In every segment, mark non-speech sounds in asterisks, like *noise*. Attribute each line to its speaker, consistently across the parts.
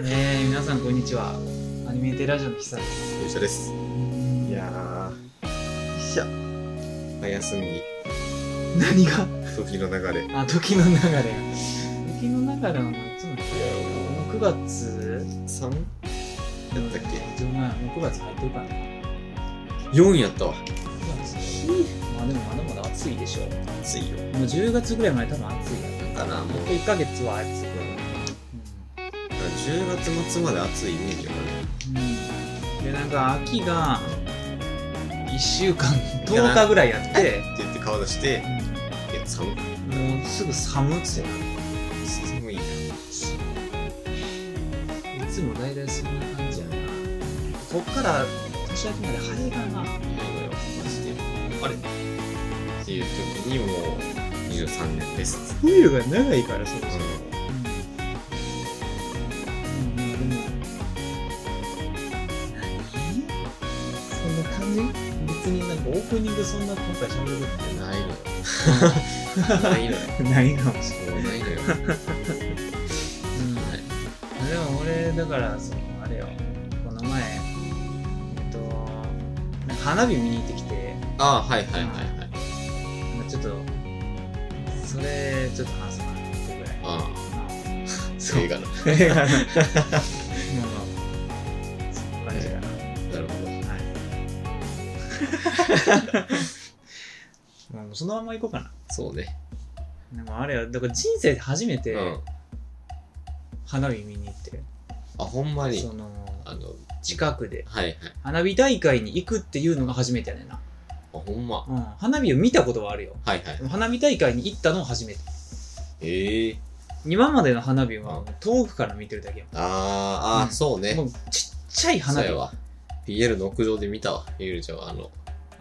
Speaker 1: 皆さんこんにちはアニメーテラジオの久です
Speaker 2: 勇者です。い
Speaker 1: い
Speaker 2: や
Speaker 1: や
Speaker 2: ー、早すぎ、
Speaker 1: 何が
Speaker 2: 時の流れ。いや
Speaker 1: あ時の流れ時の流れは夏のもう9月
Speaker 2: ー、3?
Speaker 1: だ
Speaker 2: やったっけ
Speaker 1: けもう9月入ってるからね
Speaker 2: ?4 やったわ。
Speaker 1: まあでもまだまだ暑いでしょも
Speaker 2: 暑いよ。
Speaker 1: う10月ぐらいまで多分暑いやん
Speaker 2: だな、もう。うん
Speaker 1: 1ヶ月は暑い、
Speaker 2: 10月末まで暑いイメージが
Speaker 1: うん、でなんか秋が1週間10日ぐらいやって
Speaker 2: ある。って言って顔出して、いや、寒い。
Speaker 1: もうすぐ寒っつって
Speaker 2: 寒いな。
Speaker 1: いつも大体そんな感じやなこっから年明けまで晴れがな
Speaker 2: ないのよ、マジで。あれっていう時にもう、23年です。
Speaker 1: 冬が長いからそう
Speaker 2: うん
Speaker 1: うんうんでも何そんな感じ別になんかオープニングそんな今回喋るっ
Speaker 2: ないのよ。な
Speaker 1: *laughs*
Speaker 2: いのよ。
Speaker 1: てないかもし
Speaker 2: もうないの
Speaker 1: れ
Speaker 2: よ。
Speaker 1: ない、うん、でも俺だからそのあれよこの前えっとなんか花火見に行ってきて
Speaker 2: ああ、はいはいはいはい。
Speaker 1: まあちょっとそれちょっと話すかなってぐらい
Speaker 2: ああ、
Speaker 1: そ
Speaker 2: 映画な。
Speaker 1: う映画 *laughs* のそんな感じかな、
Speaker 2: なるほど。
Speaker 1: もうそ *laughs* のまま行こうか
Speaker 2: そうね。
Speaker 1: なでもあれはだから人生で初めて
Speaker 2: うん。
Speaker 1: 花火見に行って、
Speaker 2: あ、ほんまに
Speaker 1: そ。の
Speaker 2: あの、
Speaker 1: 近くで
Speaker 2: はいはい。
Speaker 1: 花火大会に行くっていうのが初めてやねんな、
Speaker 2: あ、ほんま。は
Speaker 1: うん、花火を見たことはあるよ
Speaker 2: いはい
Speaker 1: で。も花火大会に行ったのは初めて
Speaker 2: ええ
Speaker 1: 今までの花火は遠くから見てるだけや
Speaker 2: あー、あー、
Speaker 1: うん
Speaker 2: そうね。
Speaker 1: もんもうちっちゃい花
Speaker 2: そう
Speaker 1: 火
Speaker 2: やわ。PL の屋上で見たわ。ゆるちゃんは、あの、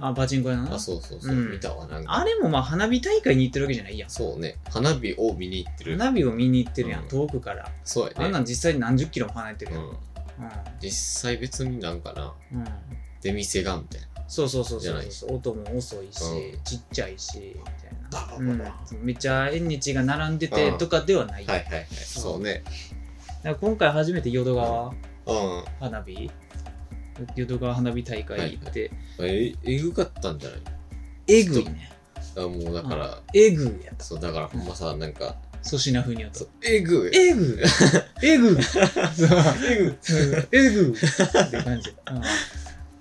Speaker 1: あパチンコ屋のな
Speaker 2: あ、そうそうそ
Speaker 1: う
Speaker 2: う。
Speaker 1: ん
Speaker 2: 見たわ、なんか。
Speaker 1: あれもまあ花火大会に行ってるわけじゃないやん。
Speaker 2: そうね。花火を見に行ってる。
Speaker 1: 花火を見に行ってるやん、
Speaker 2: うん
Speaker 1: 遠くから。
Speaker 2: そう
Speaker 1: あ
Speaker 2: や
Speaker 1: ん
Speaker 2: ね。
Speaker 1: なん実際に何十キロも離れてる
Speaker 2: う
Speaker 1: やん。
Speaker 2: ん。実際別になんかな、
Speaker 1: うん。うん
Speaker 2: 出店がみたいな。
Speaker 1: そうそうそう
Speaker 2: じ
Speaker 1: そ
Speaker 2: ゃ
Speaker 1: う
Speaker 2: ない
Speaker 1: そう。音も遅いし、
Speaker 2: うん
Speaker 1: ちっちゃいし、みたいな。
Speaker 2: ババ
Speaker 1: うん
Speaker 2: ババ、
Speaker 1: めっちゃ縁日が並んでてとかではない。
Speaker 2: は
Speaker 1: だ
Speaker 2: いはいはい。そうね。
Speaker 1: から今回初めて淀川
Speaker 2: うん。
Speaker 1: 花火、淀川花火大会行って、
Speaker 2: え、えぐかったんじゃない
Speaker 1: えぐいね。
Speaker 2: あもうだから、
Speaker 1: えぐいやった。
Speaker 2: そう、だからほんまさ、なんか、
Speaker 1: 粗品風にやった
Speaker 2: そう。えぐい。
Speaker 1: えぐえ
Speaker 2: *laughs*
Speaker 1: ぐうん
Speaker 2: えぐい
Speaker 1: えぐって感じ。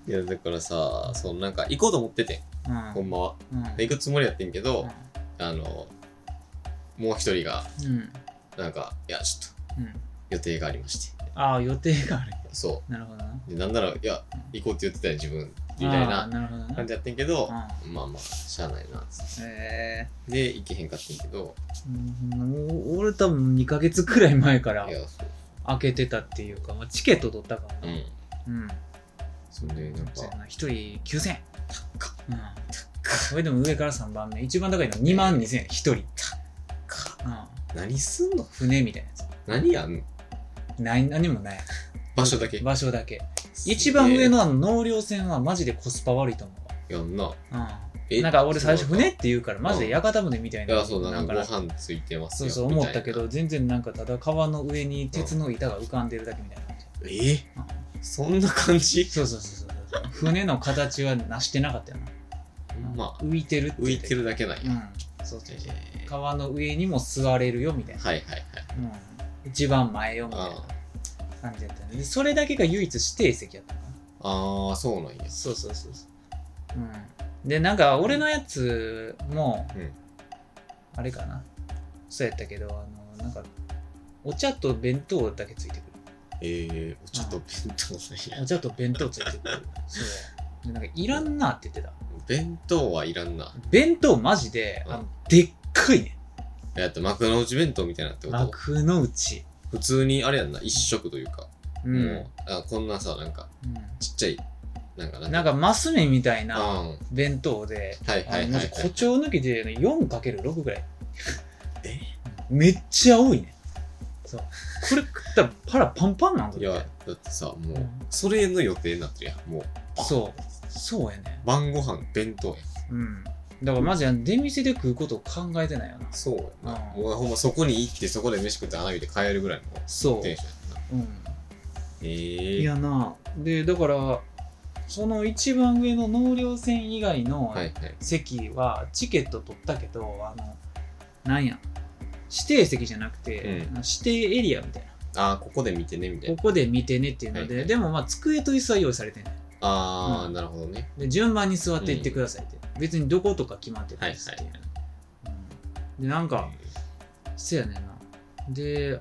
Speaker 2: いや、だからさ、そのなんか、行こうと思ってて、
Speaker 1: うん。
Speaker 2: ほんまは。
Speaker 1: うん。
Speaker 2: で行くつもりやってんけど、
Speaker 1: うん
Speaker 2: あの、もう一人が、
Speaker 1: うん。
Speaker 2: なんか、いや、ちょっと
Speaker 1: うん。
Speaker 2: 予定がありまして。
Speaker 1: ああ、予定がある。 *laughs*
Speaker 2: そ
Speaker 1: なるほどな。
Speaker 2: う。でなんなら、いや、行こうって言ってたよ、自分。みたい
Speaker 1: あー
Speaker 2: な
Speaker 1: なるほどな
Speaker 2: 感。じやってんけど、まあまあ、しゃあないな、つっ
Speaker 1: え
Speaker 2: て。で、行けへんかってんけど、
Speaker 1: ー、もう俺多分2ヶ月くらい前から
Speaker 2: いや、そう。
Speaker 1: 開けてたっていうか、まあ、チケット取ったから
Speaker 2: う
Speaker 1: な。
Speaker 2: ん。
Speaker 1: うん。
Speaker 2: そんで、なん
Speaker 1: そうや
Speaker 2: か、
Speaker 1: な一人9000円。うん。それでも上から3番目。一番高いのは2万2000円。1人。うん。
Speaker 2: か何すんの
Speaker 1: 船みたいなや
Speaker 2: 何やんの
Speaker 1: つ。ない何もない。
Speaker 2: 場所だけ。
Speaker 1: 場所だけ。一番上のあの納涼船はマジでコスパ悪いと思うわ。
Speaker 2: すげえ。やんな。
Speaker 1: うん。なんか俺最初
Speaker 2: そうなんだ
Speaker 1: 船って言うから、マジで屋形船みたい
Speaker 2: い
Speaker 1: な。
Speaker 2: や、そう、なんか
Speaker 1: な
Speaker 2: ご
Speaker 1: んか
Speaker 2: 飯ついてます
Speaker 1: そう
Speaker 2: よ。
Speaker 1: そう
Speaker 2: み
Speaker 1: 思
Speaker 2: い
Speaker 1: ったけど、全然なんかただ川の上に鉄の板が浮かんでるだけみたいな感じ。
Speaker 2: な。えーそんな感じ
Speaker 1: そうそうそうそう。船の形はなしてなかったよな。
Speaker 2: まあ、
Speaker 1: 浮いてるって
Speaker 2: 浮
Speaker 1: 言
Speaker 2: い
Speaker 1: って
Speaker 2: るだけなん
Speaker 1: う
Speaker 2: や。
Speaker 1: ん。そうそうそう。
Speaker 2: えー
Speaker 1: 川の上にも座れるよみたいな。
Speaker 2: はいはいはい。
Speaker 1: うん。一番前よみたいな感じだったね。でそれだけが唯一指定席やったかな。
Speaker 2: ああ、そうなんや。
Speaker 1: そうそうそうそう。うん。で、なんか俺のやつも、
Speaker 2: うん
Speaker 1: あれかな。そうやったけど、あの、なんか、お茶と弁当だけついてくる。
Speaker 2: えー、ちょっと弁当なん
Speaker 1: お
Speaker 2: や。
Speaker 1: 茶と弁当ついてくる。そう。でなんか、いらんなって言ってた。
Speaker 2: 弁当はいらんな。
Speaker 1: 弁当マジで、
Speaker 2: うん
Speaker 1: あのでっかいね。
Speaker 2: えっと、幕の内弁当みたいなってこと
Speaker 1: 幕の内。
Speaker 2: 普通にあれやんな、一食というか。
Speaker 1: うん。
Speaker 2: もう、あこんなさ、なんか、ちっちゃい、なんか
Speaker 1: うんなんか、マス目みたいな
Speaker 2: あ
Speaker 1: 弁当で、
Speaker 2: ーはい
Speaker 1: あ
Speaker 2: は
Speaker 1: の
Speaker 2: いはい
Speaker 1: マ
Speaker 2: は
Speaker 1: ジ
Speaker 2: い。
Speaker 1: 誇張抜きで 4×6 ぐらい。
Speaker 2: え
Speaker 1: めっちゃ多いね。そう。これ食ったら腹パンパンなんだっ
Speaker 2: い
Speaker 1: て。
Speaker 2: や、だってさ、も
Speaker 1: う、
Speaker 2: うんそれの予定になってるやん。もう、
Speaker 1: そう。そうやね。
Speaker 2: 晩ご飯、弁当やん。
Speaker 1: うん。だからマジで出店で食うことを考えてないよな。
Speaker 2: そうやな。
Speaker 1: うん
Speaker 2: もうほんまそこに行って、そこで飯食って花火で帰るぐらいの
Speaker 1: そ
Speaker 2: テンションやんな。
Speaker 1: う。うん。
Speaker 2: え
Speaker 1: い
Speaker 2: え
Speaker 1: やなでだからその一番上の納涼船以外の
Speaker 2: はいはい
Speaker 1: 席はチケット取ったけど、あのなんや指定席じゃなくて、
Speaker 2: うん
Speaker 1: あの指定エリアみたいな
Speaker 2: ああここで見てねみたい
Speaker 1: こ
Speaker 2: な
Speaker 1: こで見てねっていうので、
Speaker 2: はい
Speaker 1: でもまあ机と椅子は用意されてない
Speaker 2: ああ、
Speaker 1: うん
Speaker 2: なるほどね
Speaker 1: で順番に座っていってくださいって、別にどことか決まってないですっていう、
Speaker 2: は
Speaker 1: うんでなんかせやねんなで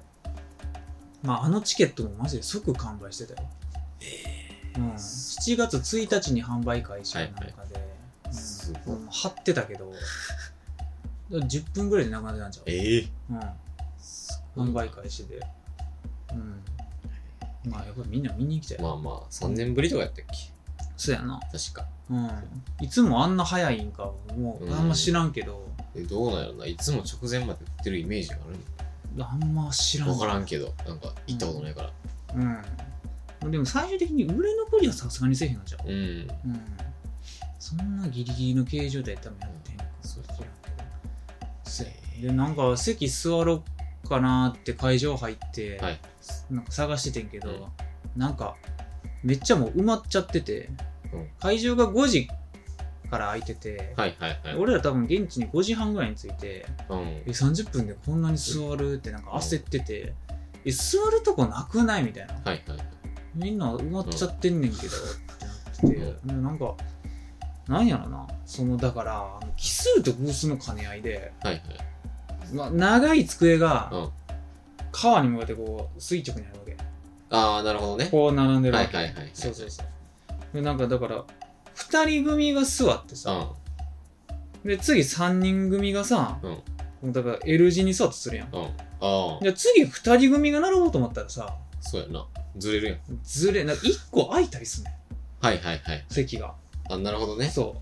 Speaker 1: まああのチケットもマジで即完売してたよ、うん、7月1日に販売開始かなんかで、うん
Speaker 2: すごい
Speaker 1: もう貼ってたけ
Speaker 2: *laughs*
Speaker 1: ど10分ぐらいでなくなってたんちゃう、
Speaker 2: ええ
Speaker 1: うん、販売開始でうんまあやっぱりみんな見に行きたい、
Speaker 2: まあまあ3年ぶりとかやったっけ
Speaker 1: そうやな
Speaker 2: 確か
Speaker 1: うん、いつもあんな早いんかもうあんま知らんけど、
Speaker 2: えどうなんやろないつも直前まで売ってるイメージがある
Speaker 1: あんま知らん
Speaker 2: 分からんけどなんか行ったことないから
Speaker 1: うん、でも最終的に売れ残りはさすがにせえへんのじゃん、
Speaker 2: うん、
Speaker 1: うん、そんなギリギリの形状で多分やってんのか
Speaker 2: そう
Speaker 1: 知らんけど
Speaker 2: せー
Speaker 1: でなんか席座ろうかなって会場入って、
Speaker 2: はい
Speaker 1: なんか探しててんけど、
Speaker 2: うん
Speaker 1: なんかめっちゃもう埋まっちゃってて、
Speaker 2: うん
Speaker 1: 会場が5時から空いてて、
Speaker 2: はいはいはい
Speaker 1: 俺ら多分現地に5時半ぐらいに着いて
Speaker 2: うん
Speaker 1: え30分でこんなに座るってなんか焦ってて、え座るとこなくないみたいな
Speaker 2: はいはい
Speaker 1: みんな埋まっちゃってんねんけど、ってなってて、なんかなんやろなそのだからあの奇数と偶数の兼ね合いで、
Speaker 2: はいはい
Speaker 1: まあ、長い机が、
Speaker 2: うん
Speaker 1: 川に向かってこう垂直にあるわけ
Speaker 2: ああなるほどね
Speaker 1: こう並んでるわけ、
Speaker 2: はいはいはいはい
Speaker 1: そうそうそうでなんかだから2人組が座って
Speaker 2: う
Speaker 1: さ、
Speaker 2: ん
Speaker 1: で次3人組がさ、
Speaker 2: うん
Speaker 1: もうだから L 字に座ってするやん
Speaker 2: うんああ
Speaker 1: じゃあ次2人組が並ぼうと思ったらさ
Speaker 2: そうやなずれるやん
Speaker 1: ずれなんか1個空いたりすんねん
Speaker 2: はいはいはい
Speaker 1: 席が
Speaker 2: あなるほどね
Speaker 1: そ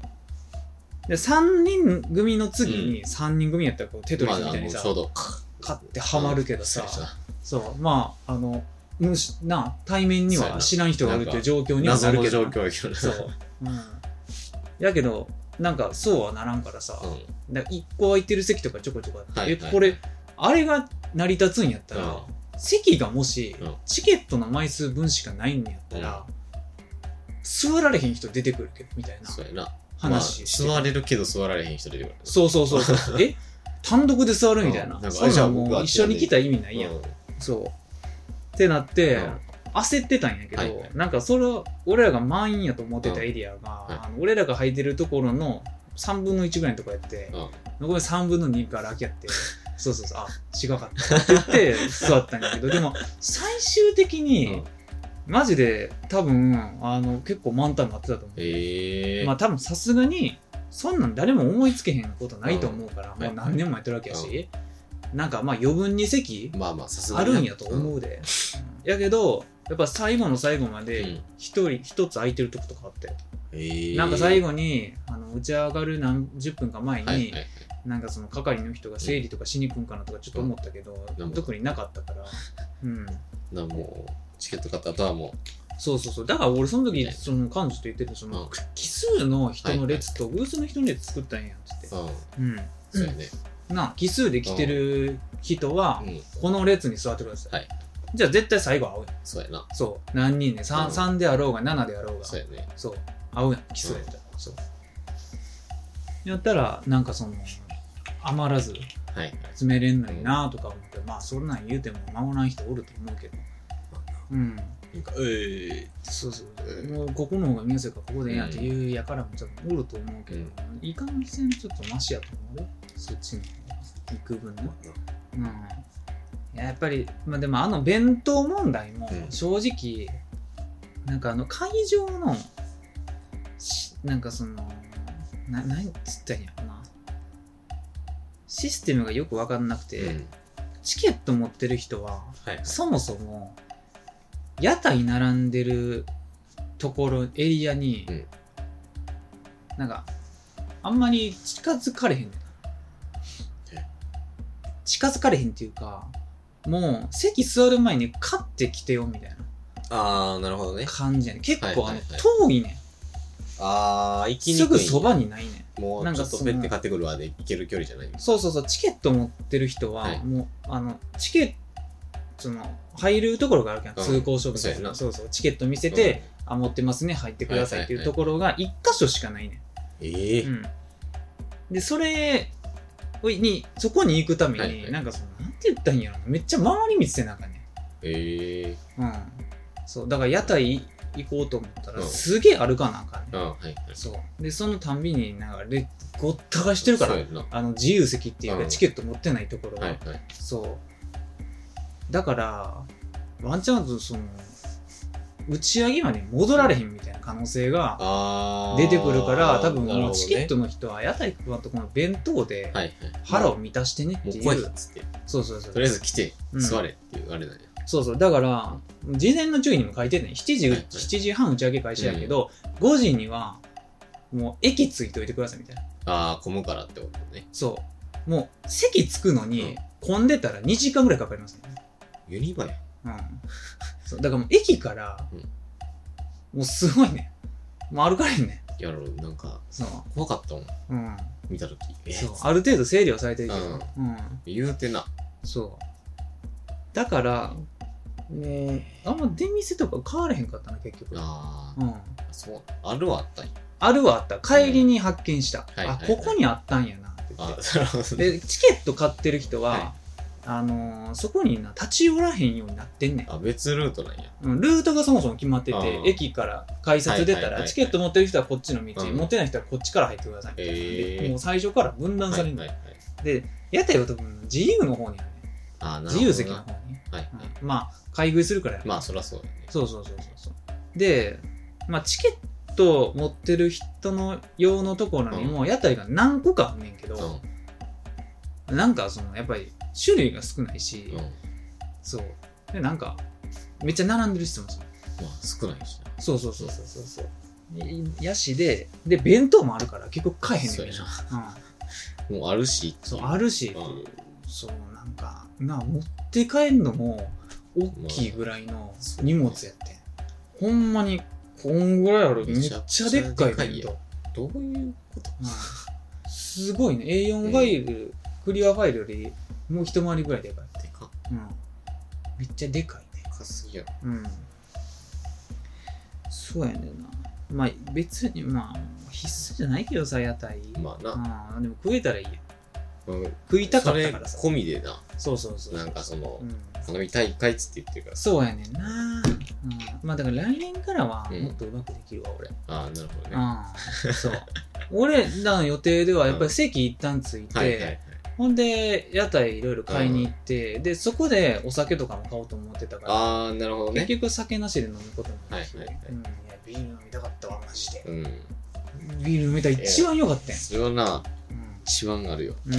Speaker 1: うで3人組の次に3人組やったらこうテトリ
Speaker 2: まあ
Speaker 1: スみ
Speaker 2: あ
Speaker 1: たいに
Speaker 2: の
Speaker 1: さ、
Speaker 2: ちょうど
Speaker 1: 買ってハマるけどさ、
Speaker 2: うんそうや
Speaker 1: そうまああのむしな対面に
Speaker 2: そうや
Speaker 1: は
Speaker 2: な
Speaker 1: 知らん人がいるっていう状況
Speaker 2: な
Speaker 1: には
Speaker 2: 謎
Speaker 1: なる
Speaker 2: の
Speaker 1: け
Speaker 2: 状
Speaker 1: ど
Speaker 2: 況やけどな
Speaker 1: そう、うん、やけどなんかそうはならんからさ、
Speaker 2: うん
Speaker 1: だから1個空いてる席とかちょこちょこあって、
Speaker 2: はいはい
Speaker 1: えこれあれが成り立つんやったら、
Speaker 2: うん
Speaker 1: 席がもし、
Speaker 2: うん
Speaker 1: チケットの枚数分しかないんやったら、座られへん人出てくるけどみたいな
Speaker 2: そうやな
Speaker 1: 話して、
Speaker 2: まあ、座れるけど座られへん人出てくる
Speaker 1: そうそうそうそう
Speaker 2: *laughs*
Speaker 1: え単独で座るみたいな,、
Speaker 2: うんなんか
Speaker 1: そんなんも
Speaker 2: あじゃあ僕は
Speaker 1: う一緒に来た意味ないやん、
Speaker 2: うん
Speaker 1: そうってなって、
Speaker 2: うん
Speaker 1: 焦ってたんやけど、
Speaker 2: はいはい
Speaker 1: なんかそれを俺らが満員やと思ってたエリアが、
Speaker 2: うんはい
Speaker 1: あの俺らが入ってるところの3分の1ぐらいのとこやって、
Speaker 2: うん
Speaker 1: 残り3分の2から空きやって、そうそうそう、あ、違かったって言って座ったんだけど、でも最終的
Speaker 2: う
Speaker 1: に
Speaker 2: ん、
Speaker 1: マジで多分、あの、結構満タンになってたと思う。
Speaker 2: ええ
Speaker 1: まあ多分さすがに、そんなん誰も思いつけへんことないと思うから、
Speaker 2: うん
Speaker 1: もう何年もやってるわけやし、なんかまあ余分に席
Speaker 2: まあまあさすが
Speaker 1: あ
Speaker 2: に
Speaker 1: るんやと思うで。やけど、やっぱ最後の最後ま
Speaker 2: うん
Speaker 1: で、一人、一つ空いてるとことかあって、
Speaker 2: ええ
Speaker 1: なんか最
Speaker 2: 後
Speaker 1: 後に、あの打ち上がる何十分か前に、
Speaker 2: はいはい
Speaker 1: なんかその係の人が整理とかしに来んかなとかちょっと思ったけど、
Speaker 2: うん
Speaker 1: 特になかったから、うん、
Speaker 2: なもうチケット買った後はも
Speaker 1: そうそうそうだから俺その時
Speaker 2: ね
Speaker 1: その彼女と言っててその、
Speaker 2: うん
Speaker 1: 奇数の人の列と偶数の人の列作ったんやっつって、
Speaker 2: ううん
Speaker 1: うん
Speaker 2: そうやね
Speaker 1: な奇数で来てる人は
Speaker 2: うん
Speaker 1: この列に座ってください、
Speaker 2: はい
Speaker 1: じゃあ絶対最後合うやん
Speaker 2: そうやな
Speaker 1: そう何人ね 3,、
Speaker 2: うん
Speaker 1: 三であろうが7であろうが
Speaker 2: そうやね
Speaker 1: そう合うやん奇数やったら、そうやったらなんかその余らず
Speaker 2: はいはい
Speaker 1: 詰めれんのになとか思って、まあそんなん言うても守らん人おると思うけどうん
Speaker 2: なんかええ
Speaker 1: そうそう
Speaker 2: うん
Speaker 1: もうここの方が見やすいからここでええやんっていうやからもちょっとおると思うけど、
Speaker 2: うん
Speaker 1: いかんせんちょっとマシやと思うよそっちに行く分ねうんいややっぱりまあでもあの弁当問題も
Speaker 2: うん
Speaker 1: 正直、なんかあの会場のしなんかそのな何つったんやろなシステムがよく分かんなくて、
Speaker 2: うん
Speaker 1: チケット持ってる人は
Speaker 2: はい
Speaker 1: そもそも屋台並んでるところエリアに、
Speaker 2: うん
Speaker 1: なんかあんまり近づかれへんねん
Speaker 2: え
Speaker 1: 近づかれへんっていうかもう席座る前に買ってきてよみたいな
Speaker 2: ああなるほどね
Speaker 1: 感じやねん結構あの、
Speaker 2: はいはいはい
Speaker 1: 遠いね
Speaker 2: ああ行き
Speaker 1: ん
Speaker 2: に
Speaker 1: す
Speaker 2: く
Speaker 1: ぐ
Speaker 2: い
Speaker 1: そばにないねん
Speaker 2: も
Speaker 1: な
Speaker 2: うんち
Speaker 1: か
Speaker 2: ょっと
Speaker 1: その
Speaker 2: べって買ってくるわで行ける距離じゃない
Speaker 1: そうそうそうチケット持ってる人は、
Speaker 2: はい
Speaker 1: もうあのチケッその入るところがあるけど、
Speaker 2: うん
Speaker 1: 通行証みたい
Speaker 2: そうや
Speaker 1: な
Speaker 2: な
Speaker 1: そうそうチケット見せて、あ持ってますね入ってくださいっていうところが1箇所しかないね
Speaker 2: うん、ええ
Speaker 1: ん、うん、でそれにそこに行くために、
Speaker 2: はいはい
Speaker 1: なんかそのなんて言ったらいいんやろなめっちゃ回り道せなあかんね
Speaker 2: ええ
Speaker 1: んうんそうだから屋台行こうと思ったら、
Speaker 2: うん
Speaker 1: すげえ歩かなあかんねん
Speaker 2: あはいはい
Speaker 1: そうでそのたんびになんかレごった返してるから
Speaker 2: そうやんな
Speaker 1: あの自由席っていう
Speaker 2: う
Speaker 1: か
Speaker 2: ん
Speaker 1: チケット持ってないところは、
Speaker 2: はいはい
Speaker 1: そうだからワンチャンとその打ち上げまで戻られへんみたいな可能性が
Speaker 2: あー
Speaker 1: 出てくるから多分
Speaker 2: なる
Speaker 1: も
Speaker 2: ほど
Speaker 1: う
Speaker 2: ね
Speaker 1: チケットの人は屋台配ったこの弁当で
Speaker 2: はいはい
Speaker 1: 腹を満たしてねっ
Speaker 2: も
Speaker 1: て
Speaker 2: う
Speaker 1: いう、
Speaker 2: 来いっつって
Speaker 1: そうそうそう
Speaker 2: とりあえず来て
Speaker 1: うん
Speaker 2: 座れっていうあれなんや、
Speaker 1: そうそうだから事前の注意にも書いてるね7時
Speaker 2: はいはい
Speaker 1: 7時半打ち上げ開始やけど、5時にはもう駅ついといてくださいみたいな
Speaker 2: ああ混むからってことね
Speaker 1: そうもう席つくの
Speaker 2: う
Speaker 1: に
Speaker 2: ん
Speaker 1: 混んでたら2時間ぐらいかかりますね
Speaker 2: ユニバや
Speaker 1: うんそうだからもう駅から、
Speaker 2: うん
Speaker 1: もうすごいねもう歩かれんね
Speaker 2: やろうなんか
Speaker 1: そう、
Speaker 2: 怖かったもん
Speaker 1: うん、
Speaker 2: 見た時え
Speaker 1: そう
Speaker 2: ー
Speaker 1: ある程度整理はされてるけど、うん
Speaker 2: 言うてな
Speaker 1: そうだからもうあんま出店とか変われへんかったな結局、う
Speaker 2: あ
Speaker 1: ん、
Speaker 2: あそうあるはあったんや
Speaker 1: あるはあった帰りに発見した、
Speaker 2: うんはいはい
Speaker 1: あ
Speaker 2: はい
Speaker 1: ここにあったんやなって言っ
Speaker 2: あ
Speaker 1: て
Speaker 2: なるほどね
Speaker 1: でチケット買ってる人は、
Speaker 2: はい
Speaker 1: あのーそこにな立ち寄らへんようになってんねん
Speaker 2: あ別ルートなんや
Speaker 1: うんルートがそもそも決まって
Speaker 2: あ
Speaker 1: て
Speaker 2: ー
Speaker 1: 駅から改札出た
Speaker 2: はいはいはい
Speaker 1: ら
Speaker 2: はい
Speaker 1: チケット持ってる人はこっちの道、
Speaker 2: うん
Speaker 1: 持ってない人はこっちから入ってくださいみたいな、
Speaker 2: へー
Speaker 1: もう最初から分断されるの、
Speaker 2: はいはいはい
Speaker 1: で屋台は多分自由の方にあるね
Speaker 2: あーなるほどな
Speaker 1: 自由席の
Speaker 2: は
Speaker 1: 方に、
Speaker 2: いはい
Speaker 1: うんまあ買い食いするからやる
Speaker 2: まあそりゃそうだよね
Speaker 1: そうそうそうそうそうで、まあ、チケット持ってる人の用のところにも屋台が何個かあんねんけど、
Speaker 2: う
Speaker 1: なんかそのやっぱり種類が少ないし、
Speaker 2: んうんま
Speaker 1: そうでなんかめっちゃ並んでる人もそう
Speaker 2: あ少ないしな
Speaker 1: そうそうそうそうそうそういやしでで弁当もあるから結構買えへんねん
Speaker 2: そう
Speaker 1: け
Speaker 2: や
Speaker 1: ど
Speaker 2: な
Speaker 1: うん、
Speaker 2: もうあるし
Speaker 1: そうあるし、
Speaker 2: うん
Speaker 1: そうなんかな持って帰るのも大きいぐらいの荷物やってん、ほんまにこんぐらいあるめ
Speaker 2: め
Speaker 1: っ
Speaker 2: ちゃく
Speaker 1: ち
Speaker 2: ち
Speaker 1: ゃ
Speaker 2: ゃ
Speaker 1: でっかい弁
Speaker 2: で
Speaker 1: 当
Speaker 2: か、どういうこと
Speaker 1: うんすごいね A4 ファイル、クリアファイルよりもう一回りぐらいでかい、
Speaker 2: でか
Speaker 1: うん、めっちゃでかいね
Speaker 2: でかすぎやろ
Speaker 1: うんそうやねんなまあ別にまあ必須じゃないけどさ屋台、
Speaker 2: まあな、
Speaker 1: うん、でも食えたらいいやん
Speaker 2: うん、
Speaker 1: 食いたか
Speaker 2: そ
Speaker 1: っ
Speaker 2: れ
Speaker 1: たからさ
Speaker 2: 込みでな
Speaker 1: そうそうそう
Speaker 2: なんかその
Speaker 1: うん、
Speaker 2: 花火大会っつって言ってるから
Speaker 1: そうやねんな、うん、まあだから来年からは
Speaker 2: うん
Speaker 1: もっとうまくできるわ俺、
Speaker 2: ああなるほどね
Speaker 1: うん、そう俺らの予定ではやっぱり席一旦ついて、
Speaker 2: はいはいはい
Speaker 1: ほんで屋台いろいろ買いに行って、でそこでお酒とかも買おうと思ってたから
Speaker 2: ああなるほどね
Speaker 1: 結局酒なしで飲むこともないし、
Speaker 2: はいはいはい
Speaker 1: うん、いやビール飲みたかったわマジで
Speaker 2: うん
Speaker 1: ビール飲みたい一番良かったやん、
Speaker 2: それはな
Speaker 1: うん
Speaker 2: 一番あるよ
Speaker 1: うん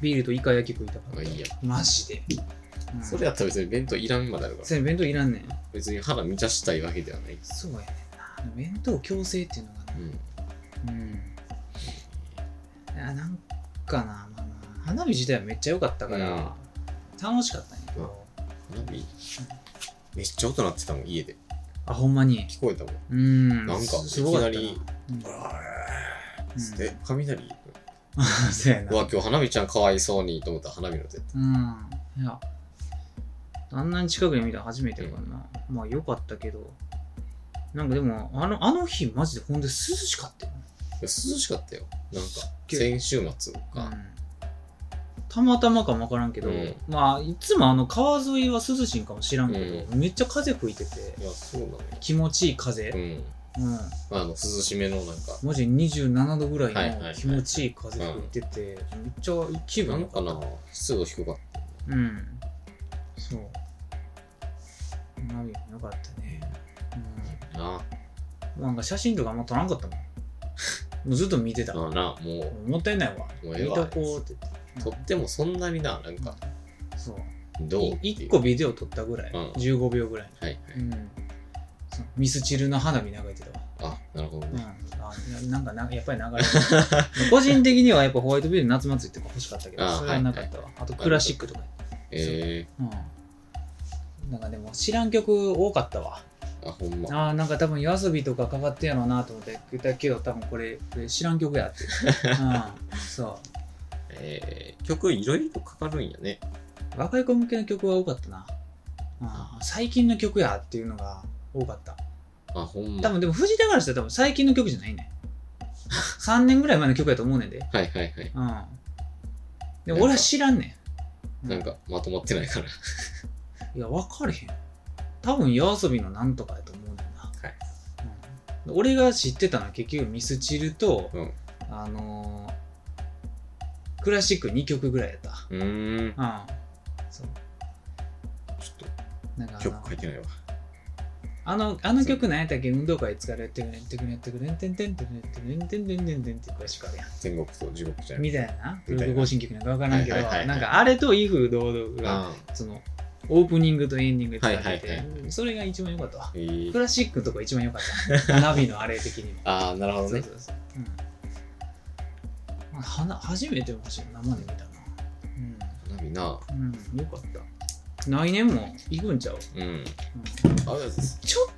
Speaker 1: ビールとイカ焼き食いたかった
Speaker 2: あいいや
Speaker 1: マジで、うん、
Speaker 2: それやったら別に弁当いらんまであるから
Speaker 1: それ弁当いらんねん
Speaker 2: 別に腹満たしたいわけではない
Speaker 1: そうやねんな弁当強制っていうのが
Speaker 2: う
Speaker 1: ね
Speaker 2: ん
Speaker 1: うんいやなんかな、まあまあ、花火自体はめっちゃ良かったから、楽しかったんやけど、
Speaker 2: 花火めっちゃ音鳴ってたもん家で
Speaker 1: あほんまに
Speaker 2: 聞こえたもん
Speaker 1: うん
Speaker 2: なんか
Speaker 1: すごかった
Speaker 2: いきなり
Speaker 1: うん
Speaker 2: ブラー
Speaker 1: うん
Speaker 2: ッつって雷
Speaker 1: そうやな
Speaker 2: うわ今日花火ちゃんかわいそうにと思ったら花火の絶
Speaker 1: うんいやあんなに近くで見たの初めてやからな、まあ良かったけどなんかでもあのあの日マジでほんで涼しかったよ
Speaker 2: 涼しかったよなんか
Speaker 1: げえ
Speaker 2: 先週末
Speaker 1: う
Speaker 2: か
Speaker 1: んたまたまかもわからんけど、
Speaker 2: うん
Speaker 1: まあいつもあの川沿いは涼しいんかもしらんけど、めっちゃ風吹いてて
Speaker 2: いやそうなのよ
Speaker 1: 気持ちいい風
Speaker 2: う、ん
Speaker 1: うん
Speaker 2: あの涼しめのなんか
Speaker 1: マジ27度ぐら
Speaker 2: はい
Speaker 1: い
Speaker 2: はいは
Speaker 1: の
Speaker 2: い
Speaker 1: 気持ちいい風吹いてて、めっちゃ気
Speaker 2: な
Speaker 1: 分
Speaker 2: ん
Speaker 1: 良
Speaker 2: か
Speaker 1: った
Speaker 2: な湿度低かっ
Speaker 1: うんそう花火も良かったね、うん
Speaker 2: たな
Speaker 1: なんか写真とかあんま撮らんかったもん。 *laughs* もうずっと見てた。も
Speaker 2: まあなもう
Speaker 1: ったいないわ。
Speaker 2: もうええ
Speaker 1: 見
Speaker 2: わ
Speaker 1: とこうって言って。
Speaker 2: とってもそんなにななんか
Speaker 1: そう。
Speaker 2: どうって
Speaker 1: い
Speaker 2: い
Speaker 1: 一
Speaker 2: う
Speaker 1: 個ビデオ撮ったぐらい。
Speaker 2: うん
Speaker 1: 15秒ぐらい。
Speaker 2: はいはい
Speaker 1: うん。そうミスチルの花火流れてたわ。
Speaker 2: あなるほど
Speaker 1: うん
Speaker 2: ね。
Speaker 1: あななんかな、やっぱり流れて
Speaker 2: *laughs*
Speaker 1: る個人的にはやっぱホワイトビール夏祭りとか欲しかったけど、
Speaker 2: あ
Speaker 1: それはなかったわ。あとクラシックとか。
Speaker 2: え
Speaker 1: うん。なんかでも知らん曲多かったわ。
Speaker 2: ー、あほんま
Speaker 1: ああなんか多分夜遊びとかかかってんやろうなと思って言ったけど多分これこれ知らん曲やっ
Speaker 2: *laughs*
Speaker 1: て、うん、そ
Speaker 2: えー、曲いろいろかかるんやね
Speaker 1: う若い子向けの曲は多かったな、うん
Speaker 2: あ
Speaker 1: 最近の曲やっていうのが多かった
Speaker 2: あ、ほんま。
Speaker 1: 多分でも藤田からしたら多分最近の曲じゃないね
Speaker 2: *laughs*
Speaker 1: 3年ぐらい前の曲やと思うねんで
Speaker 2: はいはいはい。
Speaker 1: うんでも俺は知らんねん
Speaker 2: なんか、まとまってないから。
Speaker 1: いや、分かれへん。多分夜遊びのなんとかやと思うねんだよな。
Speaker 2: はい
Speaker 1: うん俺が知ってたのは結局ミスチルと、
Speaker 2: うん
Speaker 1: あのークラシック2曲ぐらいやった。
Speaker 2: うーん。
Speaker 1: うん。そう。
Speaker 2: ちょっ
Speaker 1: なんか
Speaker 2: と、
Speaker 1: あの
Speaker 2: 曲書いてないわ。
Speaker 1: あの、あの曲何やったっけ運動会疲れてくれんてくれんてくれんてんてんてんてんてんてんてんてんてんってクラシックあるやん。
Speaker 2: 天国と地獄じゃない。
Speaker 1: みたいな。
Speaker 2: みたいな
Speaker 1: 行進曲なんか分からんけど、
Speaker 2: はいはいはいはい
Speaker 1: なんかあれと威風堂々が、
Speaker 2: あ
Speaker 1: その、オープニングとエンディングで使ってて、
Speaker 2: はいはい
Speaker 1: それが一番良かったわ。
Speaker 2: ーえー
Speaker 1: クラシックのとこ一番良かった。ナビのあれ的にも。
Speaker 2: あー、なるほどね
Speaker 1: そう。そうそう。うんまあ、はな初めてもし生で見たな。
Speaker 2: 花火な。
Speaker 1: うん。うん、よかった。来年も行くんちゃう、
Speaker 2: うん。
Speaker 1: うん
Speaker 2: あれです。
Speaker 1: ちょっ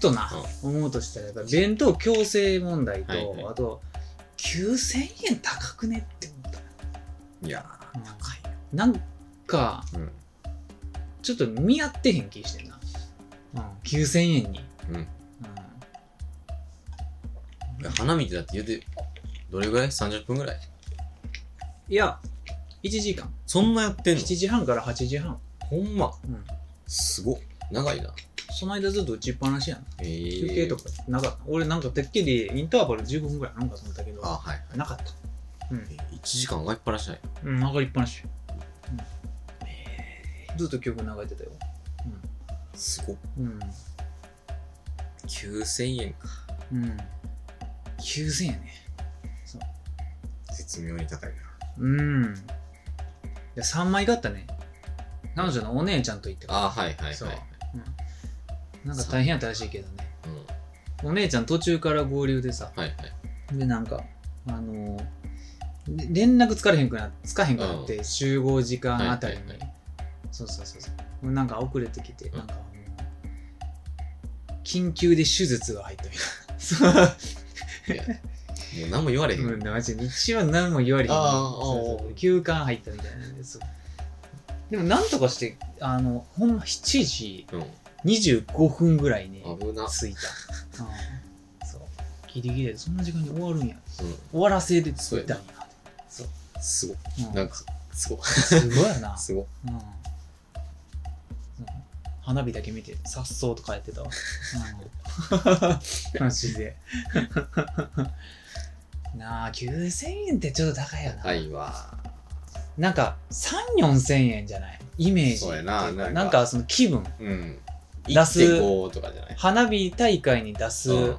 Speaker 1: とな、思うとしたら、やっぱ弁当強制問題と、
Speaker 2: はいはい
Speaker 1: あと、9000円高くねって思った。
Speaker 2: いやー、
Speaker 1: 高いなんか、
Speaker 2: うん。
Speaker 1: ちょっと見合ってへん気してんな。うん、9000円に。
Speaker 2: うん
Speaker 1: うん。
Speaker 2: いや花見ってだって言うて、どれぐらい ?30 分ぐらい
Speaker 1: いや、1時間。
Speaker 2: そんなやってんの
Speaker 1: 7時半から8時半
Speaker 2: ほんま。
Speaker 1: うん
Speaker 2: すごっ。長いな。
Speaker 1: その間ずっと打ちっぱなしやん
Speaker 2: えー
Speaker 1: 休憩とかなかった、俺なんかてっきりインターバル15分ぐらいあるんかと思ったけど
Speaker 2: あ、はい。
Speaker 1: なかったうん
Speaker 2: え、ー1時間上がりっぱなしない。
Speaker 1: うん、上がりっぱなし、うん、ずっと曲流れてたよ
Speaker 2: すごっ。
Speaker 1: うん
Speaker 2: 9000円か。
Speaker 1: うん9000やね
Speaker 2: 絶妙に高いな。
Speaker 1: うんいや3枚買ったね彼女のお姉ちゃんと行って
Speaker 2: あー、はいはい
Speaker 1: そう
Speaker 2: はい。
Speaker 1: なんか大変やったらしいけどね
Speaker 2: うん。
Speaker 1: お姉ちゃん途中から合流でさ
Speaker 2: はいはい。
Speaker 1: でなんかあのーれ連絡つかれへんくなつかへんくなって、集合時間あたりに、
Speaker 2: はいはいは
Speaker 1: そうそうそうそうなんか遅れてきて、
Speaker 2: うん
Speaker 1: なんかあの緊急で手術が入ったみ
Speaker 2: *laughs*
Speaker 1: たいな
Speaker 2: もう何も言われへん。
Speaker 1: そう、うん、マジで一応何も言われへん
Speaker 2: ああ
Speaker 1: そうそうそう
Speaker 2: ああ
Speaker 1: 休館入ったみたいなんでそうでもなんとかしてあのほんま7時
Speaker 2: うん。
Speaker 1: 25分ぐらいに
Speaker 2: 危な。
Speaker 1: 着いた、うん、そうギリギリでそんな時間に終わるんや
Speaker 2: う
Speaker 1: 終わらせで着いたんや
Speaker 2: ん。すごっ。
Speaker 1: うん
Speaker 2: なんか、すごっ。
Speaker 1: すごいよ
Speaker 2: *laughs*
Speaker 1: な。
Speaker 2: すごっ。
Speaker 1: うん。うん花火だけ見て、さっそうと帰ってたわ。う
Speaker 2: *laughs*
Speaker 1: ん。マジで。 *laughs* なあ、9000円ってちょっと高いよな。
Speaker 2: はいわ。
Speaker 1: なんか、3、4000円じゃないイメージ。
Speaker 2: そうやななんか
Speaker 1: なんかその気分。
Speaker 2: うん。
Speaker 1: 出す
Speaker 2: 1.5とかじゃない
Speaker 1: 花火大会に出す
Speaker 2: うん